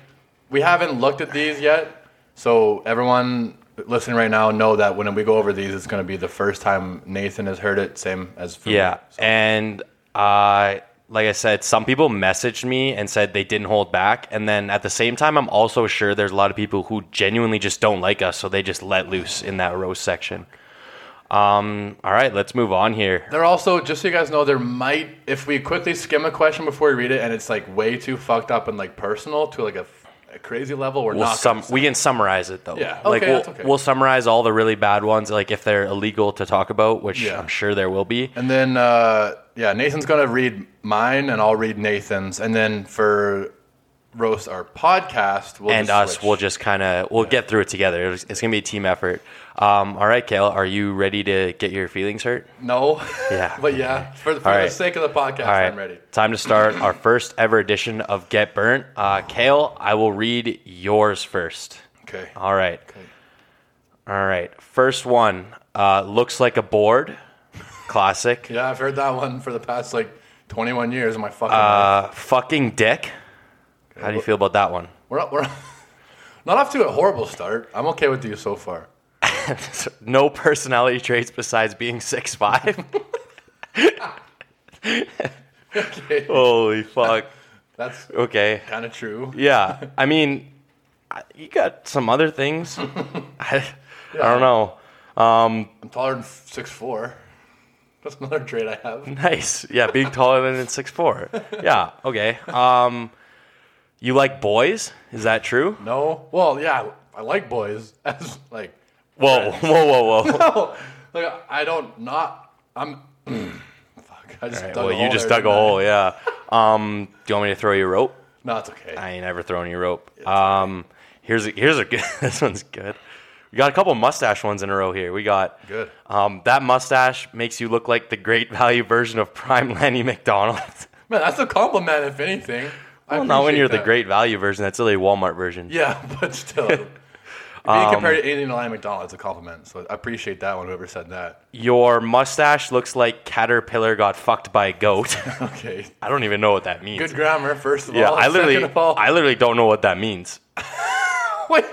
we haven't looked at these yet. So everyone listening right now know that when we go over these, it's gonna be the first time Nathan has heard it, same as food. Yeah. So- And uh, like I said, some people messaged me and said they didn't hold back. And then at the same time, I'm also sure there's a lot of people who genuinely just don't like us, so they just let loose in that roast section. Um, all right, let's move on here. There also, just so you guys know, there might, if we quickly skim a question before we read it, and it's like way too fucked up and like personal to like a, a crazy level, we're We'll not. sum- gonna say. we can summarize it though. Yeah, like okay, we'll, that's okay. we'll summarize all the really bad ones, like if they're illegal to talk about, which Yeah. I'm sure there will be. and then, uh, yeah, Nathan's gonna read mine, and I'll read Nathan's, and then for roast our podcast, we'll and just us, switch. we'll just kind of we'll get through it together. It's, it's gonna be a team effort. Um, all right, Kale, are you ready to get your feelings hurt? no, Yeah. but yeah, for, for the right. sake of the podcast, All right, I'm ready. Time to start our first ever edition of Get Burnt. Uh, Kale, I will read yours first. Okay, All right. All right. First one uh, looks like a board. Classic. yeah, I've heard that one for the past like 21 years of my fucking life. Uh, fucking dick. How do you feel about that one? We're not, we're not off to a horrible start. I'm okay with you so far. No personality traits besides being six five. Okay, Holy fuck. that's Okay. kind of true. Yeah, I mean, I- you got some other things. I, I don't know. I'm taller than six four. That's another trait I have. Nice. Yeah, being taller than six four. Yeah. Okay. Um, you like boys? Is that true? No, well, yeah, I like boys. As like, Whoa, whoa, whoa, whoa. oh, like I don't not. I'm. fuck. I just. dug well, a you hole just there, dug a didn't I? hole. Yeah. Um, do you want me to throw you a rope? No, it's okay. I ain't ever thrown you a rope. Um, here's a, here's a good. this one's good. We got a couple mustache ones in a row here. We got Good. Um, that mustache makes you look like the great value version of Prime Lanny McDonald. Man, that's a compliment, if anything. I Well, not when appreciate you're the that. great value version. That's really a Walmart version. Yeah, but still. Being Um, compared to anything to Lion McDonald, it's a compliment. So I appreciate that one, whoever said that. Your mustache looks like Caterpillar got fucked by a goat. Okay. I don't even know what that means. Good grammar, first of yeah, all. I Second literally, of all- I literally don't know what that means. Wait,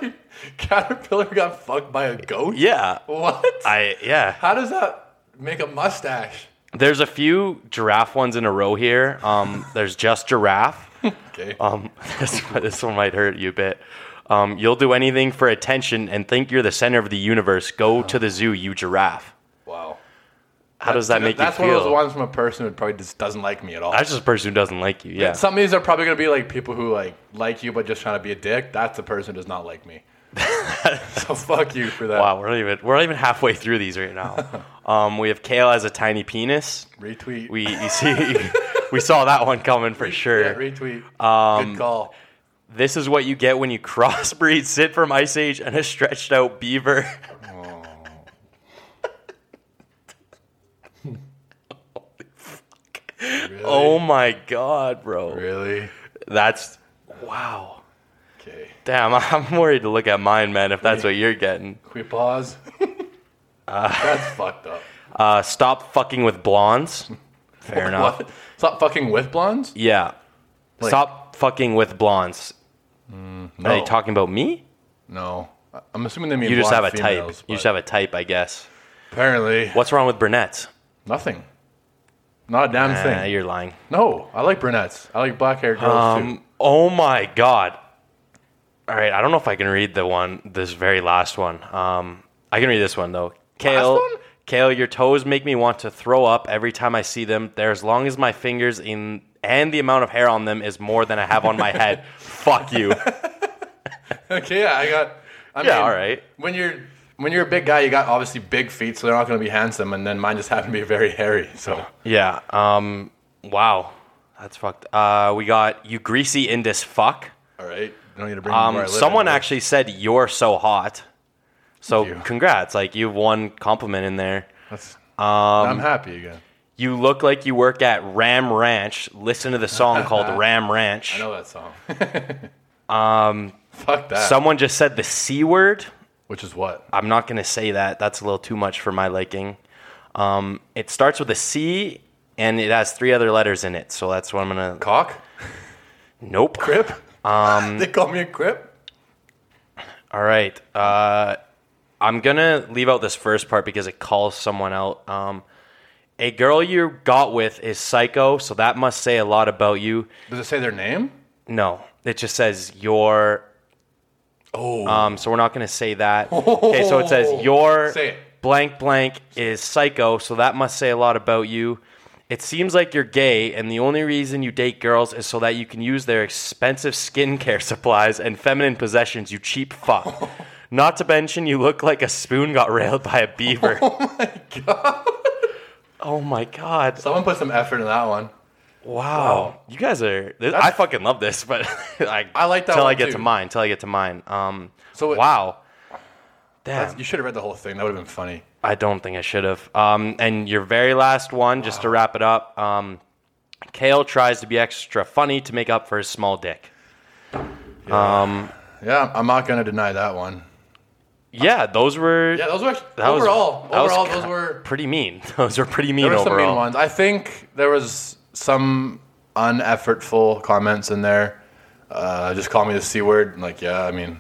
Caterpillar got fucked by a goat? Yeah, What? I yeah. How does that make a mustache? There's a few giraffe ones in a row here. Um, there's just giraffe. Okay. Um, this, one- this one might hurt you a bit. Um, you'll do anything for attention and think you're the center of the universe. Go to the zoo, you giraffe. wow. How does that You know, make That's you one feel? of those ones from a person who probably just doesn't like me at all. That's just a person who doesn't like you. Yeah. Some of these are probably gonna be like people who like like you but just trying to be a dick. That's the person who does not like me. so fuck you for that. Wow, we're not even we're not even halfway through these right now. Um, we have Kale as a tiny penis. Retweet. We you see we saw that one coming for yeah, sure. Um, retweet. Good call. This is what you get when you crossbreed Sid from Ice Age and a stretched out beaver. Really? Oh my god, bro. really? That's wow. Okay. Damn, I'm worried to look at mine, man, if that's what you're getting. Can we pause? That's fucked up. Uh, stop fucking with blondes. Fair enough. What? Stop fucking with blondes? Yeah. Stop fucking with blondes. Are they no. talking about me? No. I- I'm assuming they mean You just have blonde a females, type. but You just have a type, I guess. apparently What's wrong with brunettes? nothing. Not a damn Nah, thing. you're lying. No, I like brunettes. I like black haired girls too. Um, oh my god. All right, I don't know if I can read the one, this very last one. Um, I can read this one though. Kale, one? Kale, your toes make me want to throw up every time I see them. They're as long as my fingers in, and the amount of hair on them is more than I have on my head. Fuck you. Okay, yeah, I got. I Yeah, all right. When you're when you're a big guy, you got obviously big feet, so they're not going to be handsome. And then mine just happened to be very hairy. So Yeah. Um. Wow. That's fucked. Uh, we got you greasy Indus fuck. all right, I don't need to bring. where I Um, live someone anymore. actually said you're so hot. So Thank you. congrats. Like you have one compliment in there. That's, um, I'm happy again. You look like you work at Ram Ranch. Listen to the song called Ram Ranch. I know that song. um, um, fuck that. Someone just said the C word. Which is what? I'm not going to say that. That's a little too much for my liking. Um, it starts with a C and it has three other letters in it. So that's what I'm going to. Cock? Nope. Crip? Um, they call me a crip. All right. Uh, I'm going to leave out this first part because it calls someone out. Um, a girl you got with is psycho. So that must say a lot about you. Does it say their name? No, it just says your. Oh. Um, so we're not going to say that. Okay, so it says your Say it. blank blank is psycho, so that must say a lot about you. It seems like you're gay, and the only reason you date girls is so that you can use their expensive skincare supplies and feminine possessions, you cheap fuck. Not to mention, you look like a spoon got railed by a beaver. Oh my god. Oh my god. Someone put some effort in that one. Wow. You guys are. This, I fucking love this, but I, I like that Till I one get too. to mine. Till I get to mine. Um. So it- wow. Damn. You should have read the whole thing. That would have been funny. I don't think I should have. Um. And your very last one, just to wrap it up. Um. Kale tries to be extra funny to make up for his small dick. Yeah, I'm not gonna deny that one. Yeah, those were. Yeah, those were actually, that was- overall. that was overall, ki- those were pretty mean. Those were pretty mean there were some overall. mean ones. I think there was some uneffortful comments in there. Uh, just call me the c word. and Like, yeah, I mean,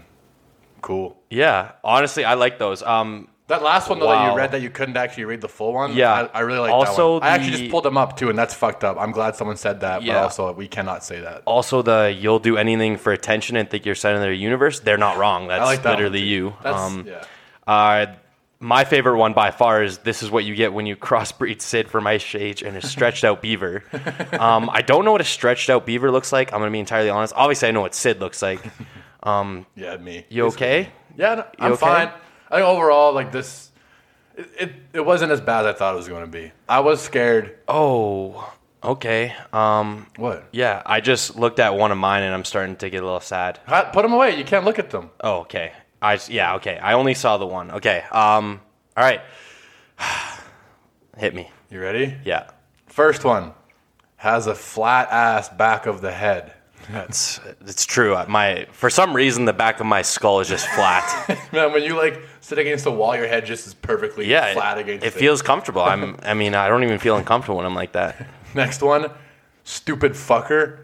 cool. Yeah. Honestly, I like those. Um. That last one though that Wow. you read that you couldn't actually read the full one. Yeah. I, I really like that Also one. I actually the- just pulled them up too, and that's fucked up. I'm glad someone said that, but Yeah. also we cannot say that. Also, the you'll do anything for attention and think you're center of the universe. They're not wrong. That's I like that one, literally too. you. That's, um, yeah. Uh, my favorite one by far is this is what you get when you crossbreed Sid from Ice Age and a stretched out beaver. Um, I don't know what a stretched out beaver looks like. I'm gonna be entirely honest. Obviously, I know what Sid looks like. Yeah, me. You okay? Yeah, no, I'm okay? fine. I think overall, like this, it, it, it wasn't as bad as I thought it was going to be. I was scared. Oh, okay. Um, What? yeah. I just looked at one of mine and I'm starting to get a little sad. Ha- Put them away. You can't look at them. Oh, okay. I s- yeah. Okay. I only saw the one. Okay. Um. All right. Hit me. You ready? Yeah. First one has a flat ass back of the head. That's it's true. Uh, My for some reason the back of my skull is just flat. Man, when you like sit against the wall, your head just is perfectly yeah, flat it- against it. feels comfortable. I'm. I mean, I don't even feel uncomfortable when I'm like that. Next one, stupid fucker.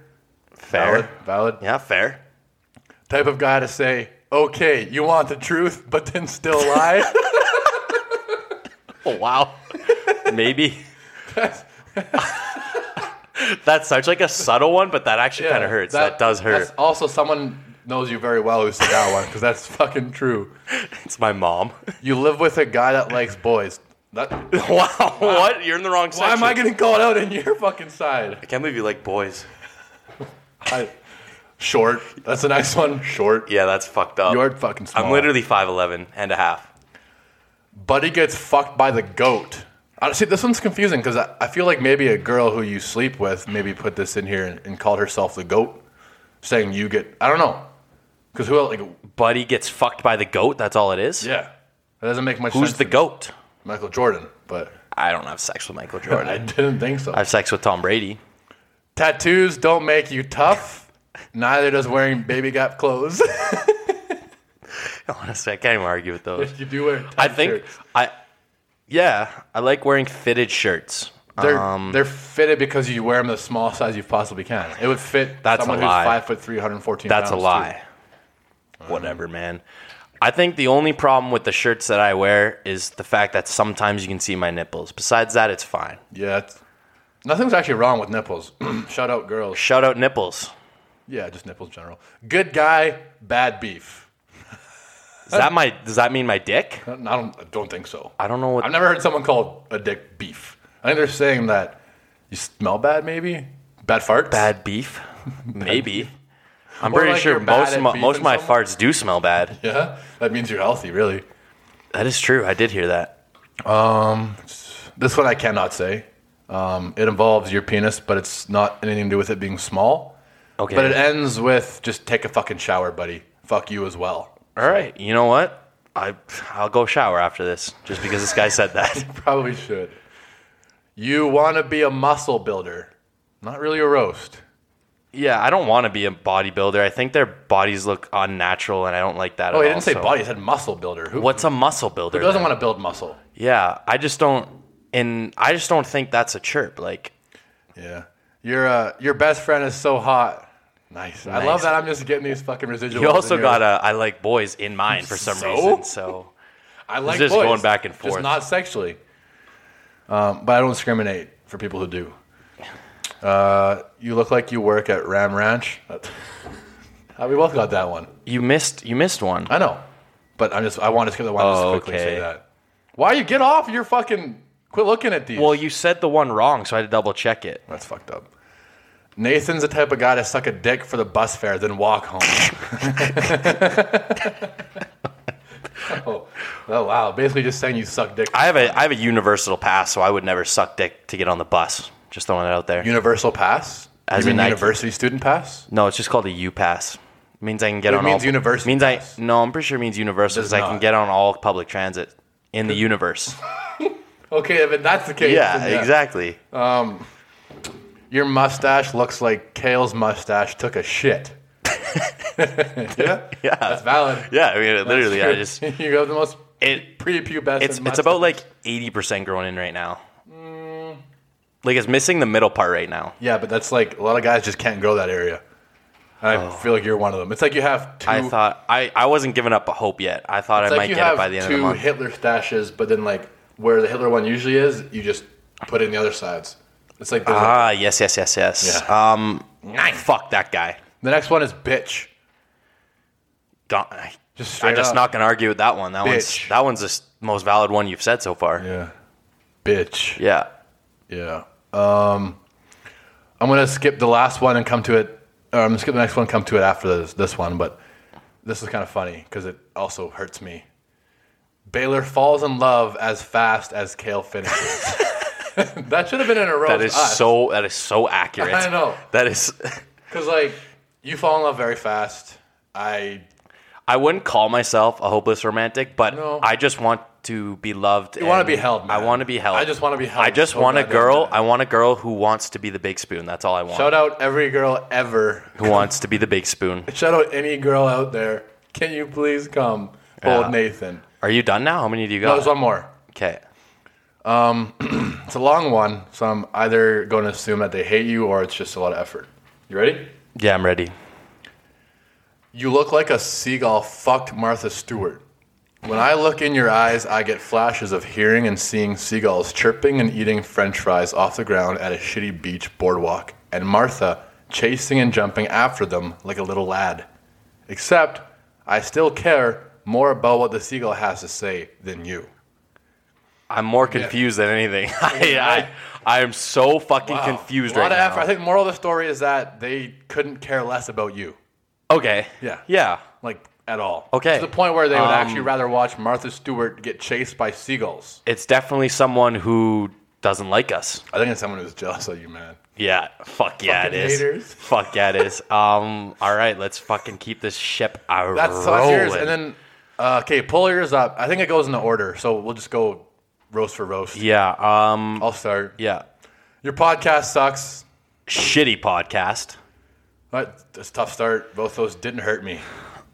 Fair. Valid. Valid. Yeah, fair. Type of guy to say, okay, you want the truth, but then still lie. Oh wow. Maybe. that's such like a subtle one, but that actually kind of hurts. That, does hurt. that's Also, someone knows you very well who said that one because that's fucking true. It's my mom. You live with a guy that likes boys. That, why wow, What? You're in the wrong section. am I getting called out in your fucking side? I can't believe you like boys. I, short. That's the next one. Short. Yeah, that's fucked up. You're fucking small. I'm literally 5'11 and a half. Buddy gets fucked by the goat. I See, this one's confusing because I, I feel like maybe a girl who you sleep with maybe put this in here and, and called herself the goat, saying you get. I don't know. Because who else? Like, Buddy gets fucked by the goat. That's all it is. yeah. That doesn't make much sense. Who's the to me. goat? Michael Jordan, but I don't have sex with Michael I Jordan. didn't think so. I have sex with Tom Brady. Tattoos don't make you tough. Neither does wearing baby gap clothes. Honestly, I can't even argue with those. you do wear. tight I think shirts. I yeah, I like wearing fitted shirts. they're Um, they're fitted because you wear them the small size you possibly can. It would fit That's a someone lie. who's five foot three, hundred fourteen. That's a pounds, lie. Whatever, man. I think the only problem with the shirts that I wear is the fact that sometimes you can see my nipples. Besides that, it's fine. too. Yeah, it's, nothing's actually wrong with nipples. Shout out girls. Shout out nipples. Yeah, just nipples in general. Good guy, bad beef. Is that my does that mean my dick? I don't, I don't think so. I don't know what I've never heard someone call a dick beef. I think they're saying that you smell bad, maybe bad farts. bad beef. Maybe. I'm Or, pretty like, sure you're bad most at of my, most of beefing my someone. farts do smell bad. Yeah, that means you're healthy, really. That is true. I did hear that. Um, This one I cannot say. Um, it involves your penis, but it's not anything to do with it being small. Okay. But it ends with just take a fucking shower, buddy. Fuck you as well. All right. You know what? I I'll go shower after this just because this guy said that. Probably should. You want to be a muscle builder, not really a roast. Yeah, I don't want to be a bodybuilder. I think their bodies look unnatural, and I don't like that. Oh, at he all, didn't say so- body, he said muscle builder. Who, What's a muscle builder? who doesn't then? want to build muscle? Yeah, I just don't. And I just don't think that's a chirp. Like, Yeah. Your, uh, your best friend is so hot. Nice. I love Nice. that I'm just getting these fucking residuals. you also in here. got a I like boys in mind for some So? reason. So I like just boys, going back and forth. Just not sexually. Um, but I don't discriminate for people who do. Uh, you look like you work at Ram Ranch. That- Uh, we both got that one. you missed you missed one. I know. But I'm just I want to skip the one just Oh, quickly say okay. that. Why you get off your fucking quit looking at these. Well, you said the one wrong, so I had to double check it. That's fucked up. Nathan's the type of guy to suck a dick for the bus fare, then walk home. oh, oh wow. Basically just saying you suck dick. I have a I have a universal pass, so I would never suck dick to get on the bus. Just throwing it out there. Universal pass? As you mean in I- university student pass? No, it's just called a U pass. It means I can get It on means all universal Means pass. I no, I'm pretty sure it means universal Does because I can not. get on all public transit in the universe. Okay, if that's the case. yeah, then exactly. Your mustache looks like Kale's mustache took a shit. yeah? Yeah, That's valid. yeah. I mean, literally, I just you have the most it. prepubescent It's it's mustache. about like eighty percent grown in right now. Mm. Like it's missing the middle part right now. Yeah, but that's like a lot of guys just can't grow that area. And I feel like you're one of them. It's like you have two Oh. I thought I, I wasn't giving up a hope yet. I thought it's I like might you get have it by the end two of the month. Hitler stashes, but then like where the Hitler one usually is, you just put in the other sides. It's like there's a- Ah, yes, yes, yes, yes. Yeah. Um, fuck that guy. the next one is bitch. Don't, I- Just I'm straight just up. not gonna argue with that one. That Bitch. one's that one's the s- most valid one you've said so far. Yeah. Bitch. Yeah. Yeah. Um, I'm gonna skip the last one and come to it. Or I'm gonna skip the next one, and come to it after this, this one. But this is kind of funny because it also hurts me. Baylor falls in love as fast as Kale finishes. that should have been in a row. That is so that is so accurate. I know. That is because like you fall in love very fast. I I wouldn't call myself a hopeless romantic, but No. I just want to be loved. You wanna be held, I man. want to be held. I just wanna be held I just so want a goddamn girl. bad. I want a girl who wants to be the big spoon. That's all I want. shout out every girl ever. Who wants to be the big spoon? Shout out any girl out there. Can you please come, Yeah. old Nathan? Are you done now? How many do you No, got? there's one more. okay. It's a long one, so I'm either going to assume that they hate you or it's just a lot of effort. You ready? Yeah, I'm ready. You look like a seagull fucked Martha Stewart. When I look in your eyes, I get flashes of hearing and seeing seagulls chirping and eating french fries off the ground at a shitty beach boardwalk, and Martha chasing and jumping after them like a little lad. Except, I still care more about what the seagull has to say than you. I'm more confused than anything. I, I I am so fucking Wow. confused a lot of right now. effort. I think moral of the story is that they couldn't care less about you. okay. Yeah. Yeah. like at all. Okay. Um, To the point where they would actually rather watch Martha Stewart get chased by seagulls. It's definitely someone who doesn't like us. I think it's someone who's jealous of you, man. Yeah. Fuck yeah, Fucking it is. haters. Fuck yeah, it is. Um. All right, let's fucking keep this ship a That's so that's rolling. yours. And then, uh, okay, pull yours up. I think it goes in the order, so we'll just go roast for roast. yeah. Um. I'll start. Yeah. Your podcast sucks. Shitty podcast. But it's a tough start. Both those didn't hurt me.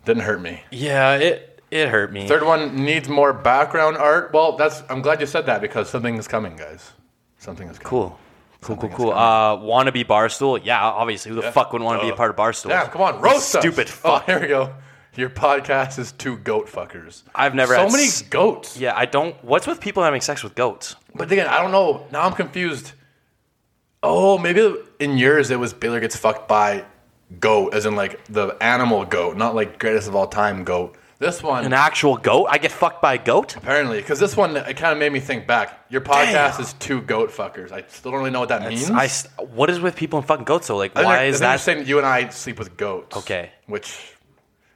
Didn't hurt me. Yeah. It it hurt me. Third one needs more background art. Well, that's. I'm glad you said that because something is coming, guys. Something is coming. Cool. Cool, cool, cool. Uh, wanna be barstool? Yeah, obviously. Who the fuck would want to be a Duh. part of barstool? Oh. Yeah, come on, roast us. Stupid Oh, fuck. here we go. Your podcast is two goat fuckers. I've never so had many s- goats. Yeah, I don't. What's with people having sex with goats? But again, I don't know. Now I'm confused. Oh, maybe in yours it was Baylor gets fucked by goat, as in like the animal goat, not like greatest of all time goat. This one, An actual goat? I get fucked by a goat? apparently, because this one, it kind of made me think back. Your podcast is two goat fuckers. I still don't really know what that means. I s what is with people and fucking goats? So like, Mm-hmm. I think- why I is think you're that? saying that you and I sleep with goats? Okay. Uh, Which,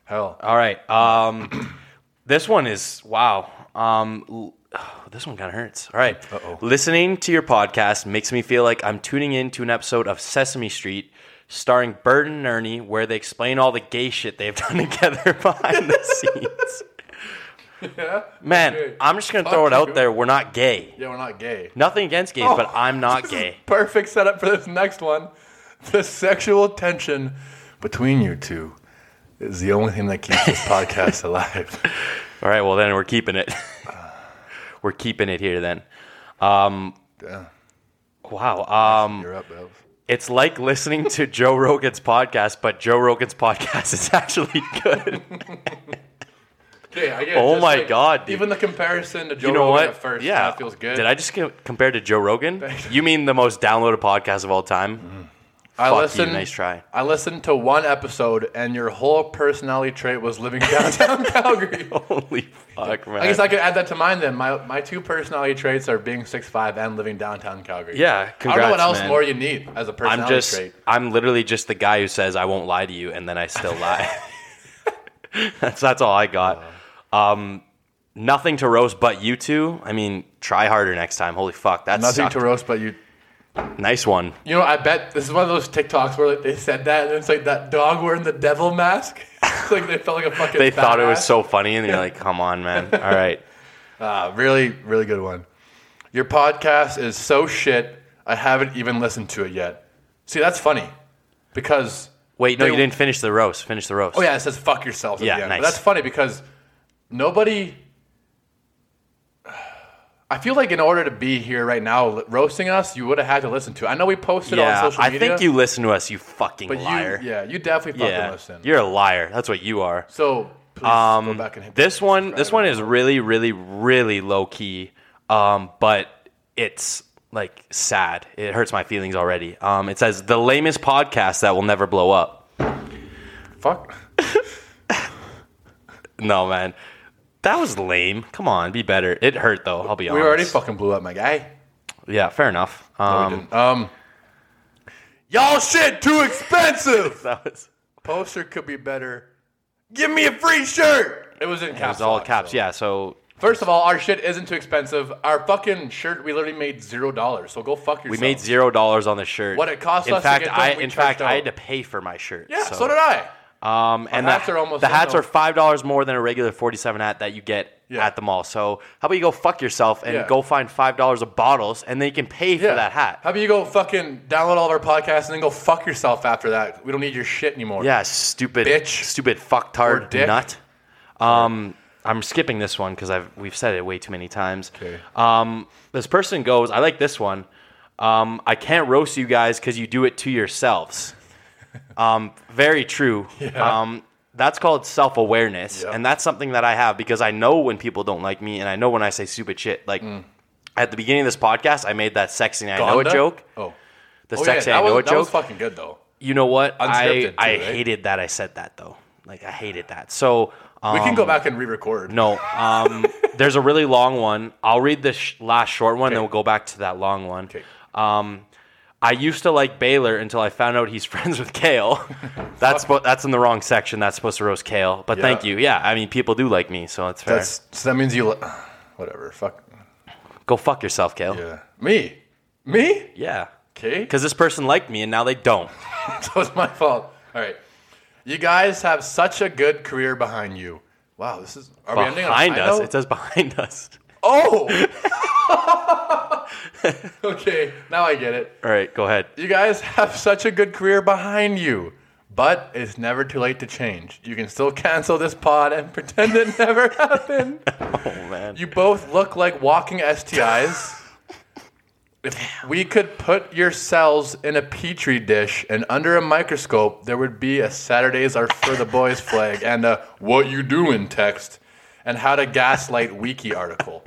hell, All right. Um, this one is wow. Um, l- this one kind of hurts. All right. Uh-oh. Listening to your podcast makes me feel like I'm tuning in to an episode of Sesame Street starring Bert and Ernie, where they explain all the gay shit they've done together behind the scenes. Man, okay. I'm just gonna throw it Fuck out you. there. We're not gay. yeah, we're not gay. Nothing against gays, but I'm Oh, not gay. Perfect setup for this next one. The sexual tension between you two is the only thing that keeps this podcast alive. All right, well then we're keeping it. we're keeping it here then. Um, Yeah, wow. Um, you're up, Bells. it's like listening to Joe Rogan's podcast, but Joe Rogan's podcast is actually good. Yeah, I get Oh my God, dude. Even the comparison to Joe you know Rogan what? at first, yeah, kinda feels good. Did I just co- compare to Joe Rogan? you mean the most downloaded podcast of all time? Mm-hmm. I Fuck you, listened. nice try. I listened to one episode, and your whole personality trait was living downtown Calgary. Holy fuck, man! I guess I could add that to mine then. My my two personality traits are being 6'5 and living downtown Calgary. yeah, I congrats, don't know what else man. more you need as a personality I'm just, trait. I'm literally just the guy who says I won't lie to you, and then I still lie. that's that's all I got. Um, nothing to roast but you two. I mean, try harder next time. Holy fuck, that's Nothing to roast, but you. nice one. You know, I bet this is one of those TikToks where like, they said that, and it's like that dog wearing the devil mask. it's like they felt like a fucking. They thought it was badass. so funny, and you're like, come on, man. All right. Ah, really, really good one. Your podcast is so shit. I haven't even listened to it yet. See, that's funny because Wait, no, They- you didn't finish the roast. Finish the roast. Oh yeah, it says fuck yourselves. At Yeah, the end. nice. But that's funny because nobody. I feel like in order to be here right now li- roasting us, you would have had to listen to. it. I know we posted Yeah, on social I media. think you listen to us, you fucking but liar. You, yeah, you definitely fucking yeah. listen. You're a liar. That's what you are. so um, please go back and hit This that one, this subscribe. one is really, really, really low key, um, but it's like sad. It hurts my feelings already. Um, it says the lamest podcast that will never blow up. Fuck. No, man, that was lame. Come on, be better. It hurt though. I'll be We honest. already fucking blew up, my guy. yeah, fair enough. No, we Um, didn't. um y'all shit too expensive. that was, Poster could be better. Give me a free shirt. It was in that caps. was all lock, caps. so- Yeah, so First of all, our shit isn't too expensive. Our fucking shirt, we literally made zero dollars. So go fuck yourself. We made zero dollars on the shirt. What it cost in us to fact, get them, I we in fact charged I out. had to pay for my shirt. Yeah, so, did I. I. Um, and the, hats are almost the done, hats though. are five dollars more than a regular forty-seven hat that you get Yeah. at the mall. So how about you go fuck yourself and Yeah. go find five dollars of bottles, and then you can pay for Yeah. that How hat. about you go fucking download all of our podcasts and then go fuck yourself after that? We don't need your shit anymore. Yeah, stupid Bitch. stupid Or fucktard dick. nut. Um, I'm skipping this one because I've we've said it way too many times. Okay. Um, this person goes, I like this one. Um, I can't roast you guys because you do it to yourselves. Um, very true. Um, that's called self awareness. Yep. And that's something that I have because I know when people don't like me and I know when I say stupid shit. Like Mm. at the beginning of this podcast, I made that sexy and I know a Donda? joke. Oh. The Oh, yeah, sexy that, I know was, a that was joke. fucking good though. you know what? Unscripted I, too, I right? hated that I said that though. Like I hated that. So um, We can go back and re-record. no, um, there's a really long one. I'll read the sh- last short one, then Okay. we'll go back to that long one. Okay. Um, I used to like Baylor until I found out he's friends with Kale. that's spo- that's in the wrong section. That's supposed to roast Kale. But thank Yeah. you. Yeah, I mean people do like me, so it's fair. That's so that means you. li- Whatever. Fuck. go fuck yourself, Kale. Yeah. Me. Me. Yeah. Okay. Because this person liked me and now they don't. That was my fault. All right. You guys have such a good career behind you. Wow, this is are we ending on a behind high us, note? it says behind us. Oh. okay, now I get it. All right, go ahead. You guys have such a good career behind you, but it's never too late to change. You can still cancel this pod and pretend it never happened. Oh man. You both look like walking STIs. If we could put your cells in a petri dish and under a microscope, there would be a Saturdays are for the boys flag and a what you doing text and how to gaslight wiki article.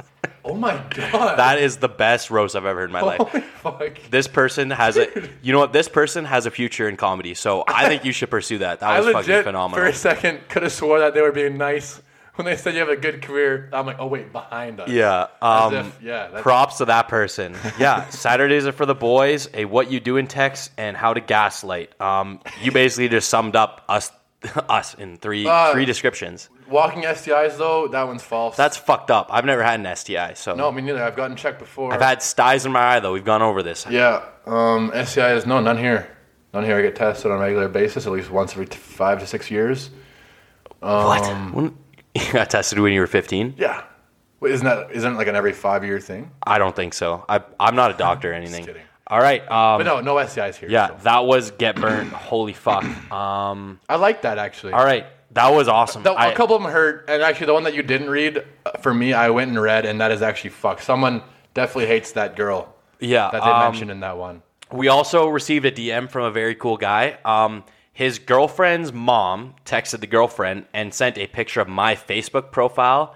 Oh my god. that is the best roast I've ever heard in Oh. my life. Holy fuck. this person has a you know what this person has a future in comedy so i think you should pursue that that I was fucking legit for phenomenal a second could have swore that they were being nice when they said you have a good career, I'm like, oh wait, behind us. Yeah. As Um, if- yeah. That's, props to that person. Yeah. Saturdays are for the boys. A what you do in text and how to gaslight. Um, you basically just summed up us us in three Uh, three descriptions. walking STIs though, that one's false. That's fucked up. I've never had an STI, so no, me neither. I've gotten checked before. I've had styes in my eye though. We've gone over this. Yeah, um, STI is no, none here. None here. I get tested on a regular basis, at least once every t- five to six years. what? When- you got tested when you were 15? Yeah, Wait, isn't that isn't it like an every five year thing? I don't think so. I, I'm not a doctor or anything. kidding. All right. Um, But no, no STIs here. yeah, so. that was get burnt. Holy fuck. Um, I like that actually. all right. That was awesome. The, I- a couple of them hurt, and actually the one that you didn't read uh, for me, I went and read, and that is actually fuck. Someone definitely hates that girl yeah. that they um, mentioned in that one. We also received a DM from a very cool guy. Um, his girlfriend's mom texted the girlfriend and sent a picture of my Facebook profile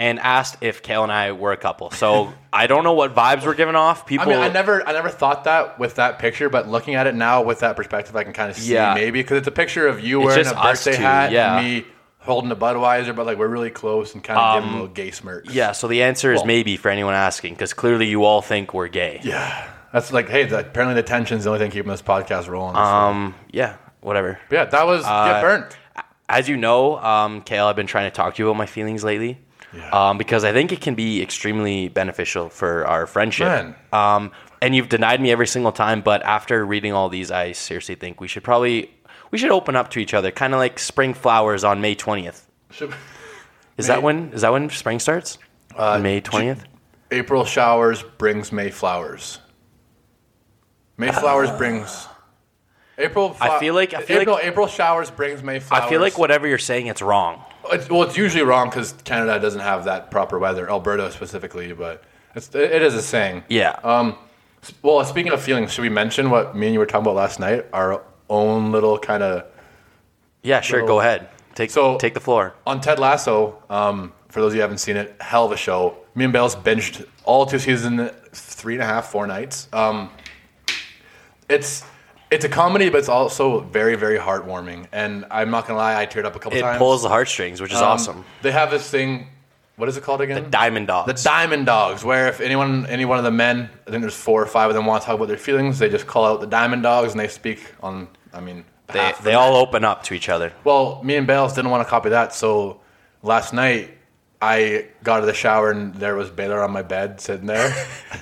and asked if Kale and I were a couple. So I don't know what vibes we're giving off. I People, mean, I never, I never thought that with that picture, but looking at it now with that perspective, I can kind of see Yeah. maybe because it's a picture of you wearing just a us birthday two, hat yeah. and me holding a Budweiser, but like we're really close and kind of giving a little gay smirk. Um, yeah. So the answer is Cool. maybe for anyone asking, because clearly you all think we're gay. Yeah. that's like, hey, the, apparently the tension's the only thing keeping this podcast rolling. Um. Yeah. Whatever. But yeah, that was uh, get burnt. As you know, um, Kale, I've been trying to talk to you about my feelings lately. Yeah. Um, because I think it can be extremely beneficial for our friendship. Man. Um, and you've denied me every single time, but after reading all these, I seriously think we should probably we should open up to each other, kind of like spring flowers on May twentieth. Should- Is May- that when? Is that when spring starts? Uh, May twentieth. April showers brings May flowers. May flowers brings. April. flo- Uh, I feel like- I feel April, like- April showers brings May flowers. I feel like whatever you're saying, it's wrong. It's, well, it's usually wrong because Canada doesn't have that proper weather, Alberta specifically, but it's, it is a saying. Um, Yeah. Uh, Well, speaking of feelings, should we mention what me and you were talking about last night? Our own little kind of yeah. Sure. so- go ahead. Take so- take the floor. on Ted Lasso. Um, for those of you who haven't seen it, hell of a show. Me and Bales binged all two seasons, in three and a half, four nights. Um, it's it's a comedy, but it's also very, very heartwarming. And I'm not gonna lie, I teared up a couple It times. pulls the heartstrings, which is Um, awesome. They have this thing. What is it called again? Diamond The dogs. Diamond Dogs, where if anyone, any one of the men, I think there's four or five of them, want to talk about their feelings, they just call out the Diamond Dogs and they speak on. I mean, they behalf of they the all men. open up to each other. Well, me and Bales didn't want to copy that, so last night I got out of the shower and there was Baylor on my bed sitting there.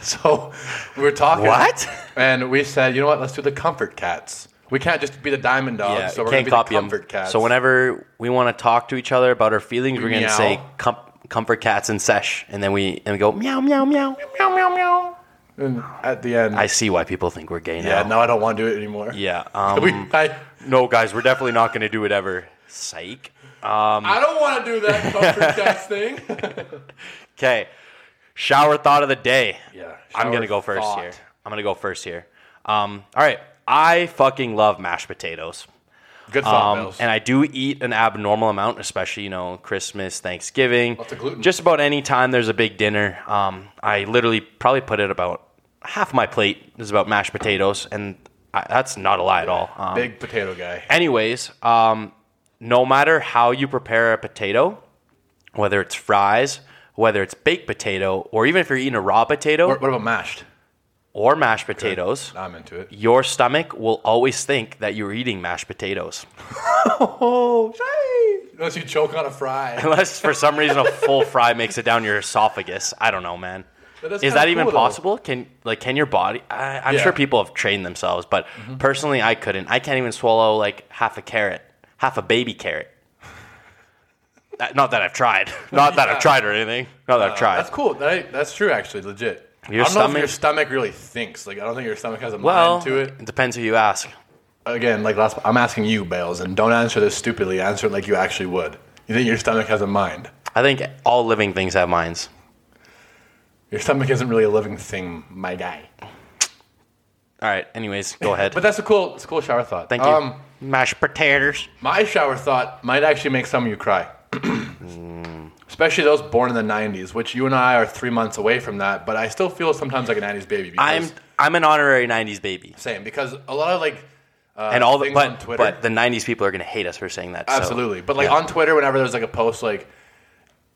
so we were talking. What? And we said, you know what? Let's do the Comfort Cats. We can't just be the Diamond Dogs, Yeah, Um, so you we're can't gonna be copy the 'em. Comfort Cats. So whenever we want to talk to each other about our feelings, we're gonna Meow. say com- comfort cats and sesh, and then we and we go meow meow meow. meow meow meow. And at the end, I see why people think we're gay now. yeah, no, I don't want to do it anymore. yeah. Um, We, I, no, guys, we're definitely not gonna do it ever. Psych. mm. I don't want to do that comfort cast thing. Okay, shower thought of the day. Yeah, I'm shower gonna go first thought. here. I'm gonna go first here. Um, all right, I fucking love mashed potatoes. Good thought, Um, Bills. and I do eat an abnormal amount, especially you know Christmas, Thanksgiving, Lots of gluten. just about any time there's a big dinner. Um, I literally probably put it about half my plate is about mashed potatoes, and I, that's not a lie at all. Um, Big potato guy. anyways, um, no matter how you prepare a potato, whether it's fries, whether it's baked potato, or even if you're eating a raw potato What, or, what about mashed? mashed potatoes. I'm into it. Your stomach will always think that you're eating mashed potatoes. Oh, shit. Unless you choke on a fry. Unless for some reason a full fry makes it down your esophagus. I don't know, man. That is is kinda that even cool, though. possible? Can like can your body? I, I'm Yeah. Mm-hmm. sure people have trained themselves, but personally, I couldn't. I can't even swallow like half a carrot, half a baby carrot. Uh, Not that I've tried. Not that I've tried or anything. Not that I've tried. Uh, That's cool. That, that's true, actually, legit. Your I don't know stomach- if your stomach really thinks. Like, I don't think your stomach has a well, mind to it. depends who you ask. Again, like last, I'm asking you, Bales, and don't answer this stupidly. Answer it like you actually would. You think your stomach has a mind? I think all living things have minds. Your stomach isn't really a living thing, my guy. All right. Anyways, go ahead. But that's a cool, it's a cool shower thought. Um, Thank you. Mashed potatoes. My shower thought might actually make some of you cry. Especially those born in the 90s, which you and I are three months away from that, but I still feel sometimes like a 90s baby. Because, I'm I'm an honorary '90s baby. Same, because a lot of like. Uh, and all the things on but, Twitter. but the 90s people are going to hate us for saying that so- Absolutely. But like yeah. on Twitter, whenever there's like a post like,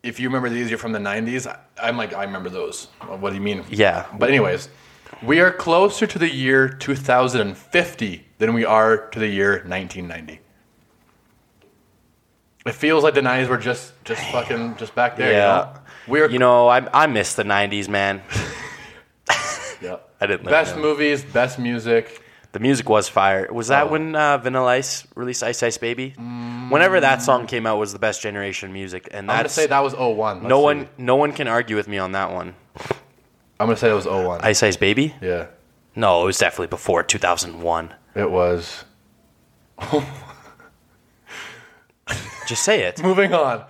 if you remember these, you're from the 90s. I, I'm like, I remember those. What do you mean? Yeah. But, anyways, we are closer to the year 2050 than we are to the year 1990. It feels like the 90s were just, just fucking, just back there. you Yeah. know? We are, You know, I, I miss the 90s, man. yeah. I didn't live Best there. movies, best music. The music was fire. Was Oh. that when uh, Vanilla Ice released Ice Ice Baby? Whenever that song came out was the best generation music, Mm. and I'm going to that's say that was 01. no Let's one see. no one can argue with me on that one. I'm going to say that was 01. Ice Ice Baby? yeah. No, it was definitely before 2001. It was. Just say it. Moving on.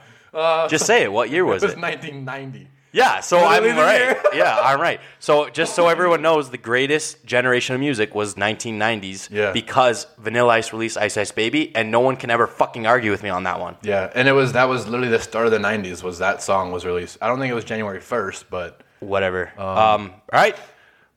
Just say it. What year was It was it? 1990. Yeah, so I'm Literally the right. year. yeah, I'm right. So just so everyone knows, the greatest generation of music was 1990s Yeah. because Vanilla Ice released Ice Ice Baby, and no one can ever fucking argue with me on that one. Yeah, and it was that was literally the start of the '90s. Was that song was released? I don't think it was January 1st, but whatever. Um, all right.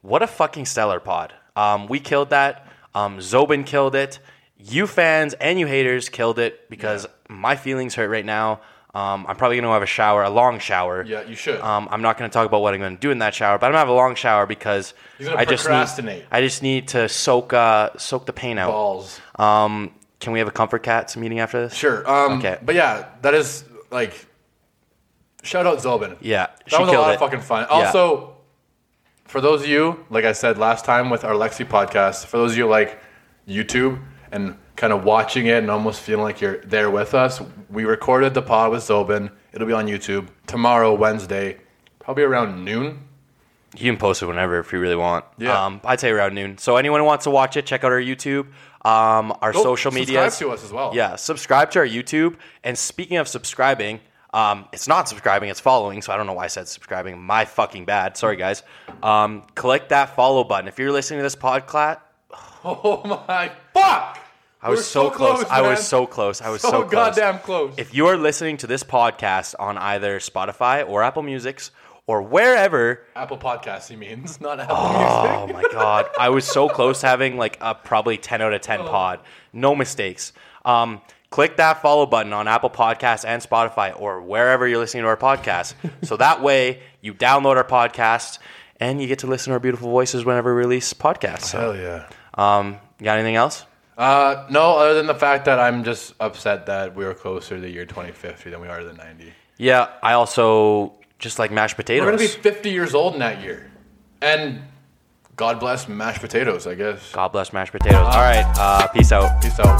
What a fucking stellar pod. Um, we killed that. Um, Zobin killed it. You fans and you haters killed it because my feelings hurt right now. Um, I'm probably going to have a shower, a long shower. yeah, you should. Um, I'm not going to talk about what I'm going to do in that shower, but I'm going to have a long shower because You're gonna I just need, procrastinate. I just need to soak uh, soak the pain out. Balls. Um, can we have a comfort cats meeting after this? Sure. Um, Okay. But yeah, that is like shout out Zobin. Yeah, she that was a killed lot it. of fucking fun. Yeah. Also, for those of you, like I said last time with our Lexi podcast, for those of you like YouTube and kind of watching it and almost feeling like you're there with us, we recorded the pod with Zobin. It'll be on YouTube tomorrow, Wednesday, probably around noon. You can post it whenever if you really want. Yeah. Um, I'd say around noon. So anyone who wants to watch it, check out our YouTube, um, our Go social media. Subscribe to us as well. Yeah, subscribe to our YouTube. And speaking of subscribing, um, it's not subscribing, it's following. So I don't know why I said subscribing. My fucking bad. Sorry, guys. Um, click that follow button. If you're listening to this podcast, Oh my fuck! I was so, close. I was so close. I was so, close. Oh, goddamn close. If you are listening to this podcast on either Spotify or Apple Music's or wherever Apple Podcasts, he means not Apple Oh my god, I was so close to having like a probably 10 out of 10 Oh. pod. No mistakes. Um, click that follow button on Apple Podcasts and Spotify or wherever you're listening to our podcast. so that way you download our podcast and you get to listen to our beautiful voices whenever we release podcasts. So, Music. Hell um, you got anything else? yeah. Uh, no, other than the fact that I'm just upset that we are closer to the year 2050 than we are to the 90. Yeah, I also just like mashed potatoes. We're gonna be 50 years old in that year, and God bless mashed potatoes. I guess. God bless mashed potatoes. All right, uh, peace out. Peace out.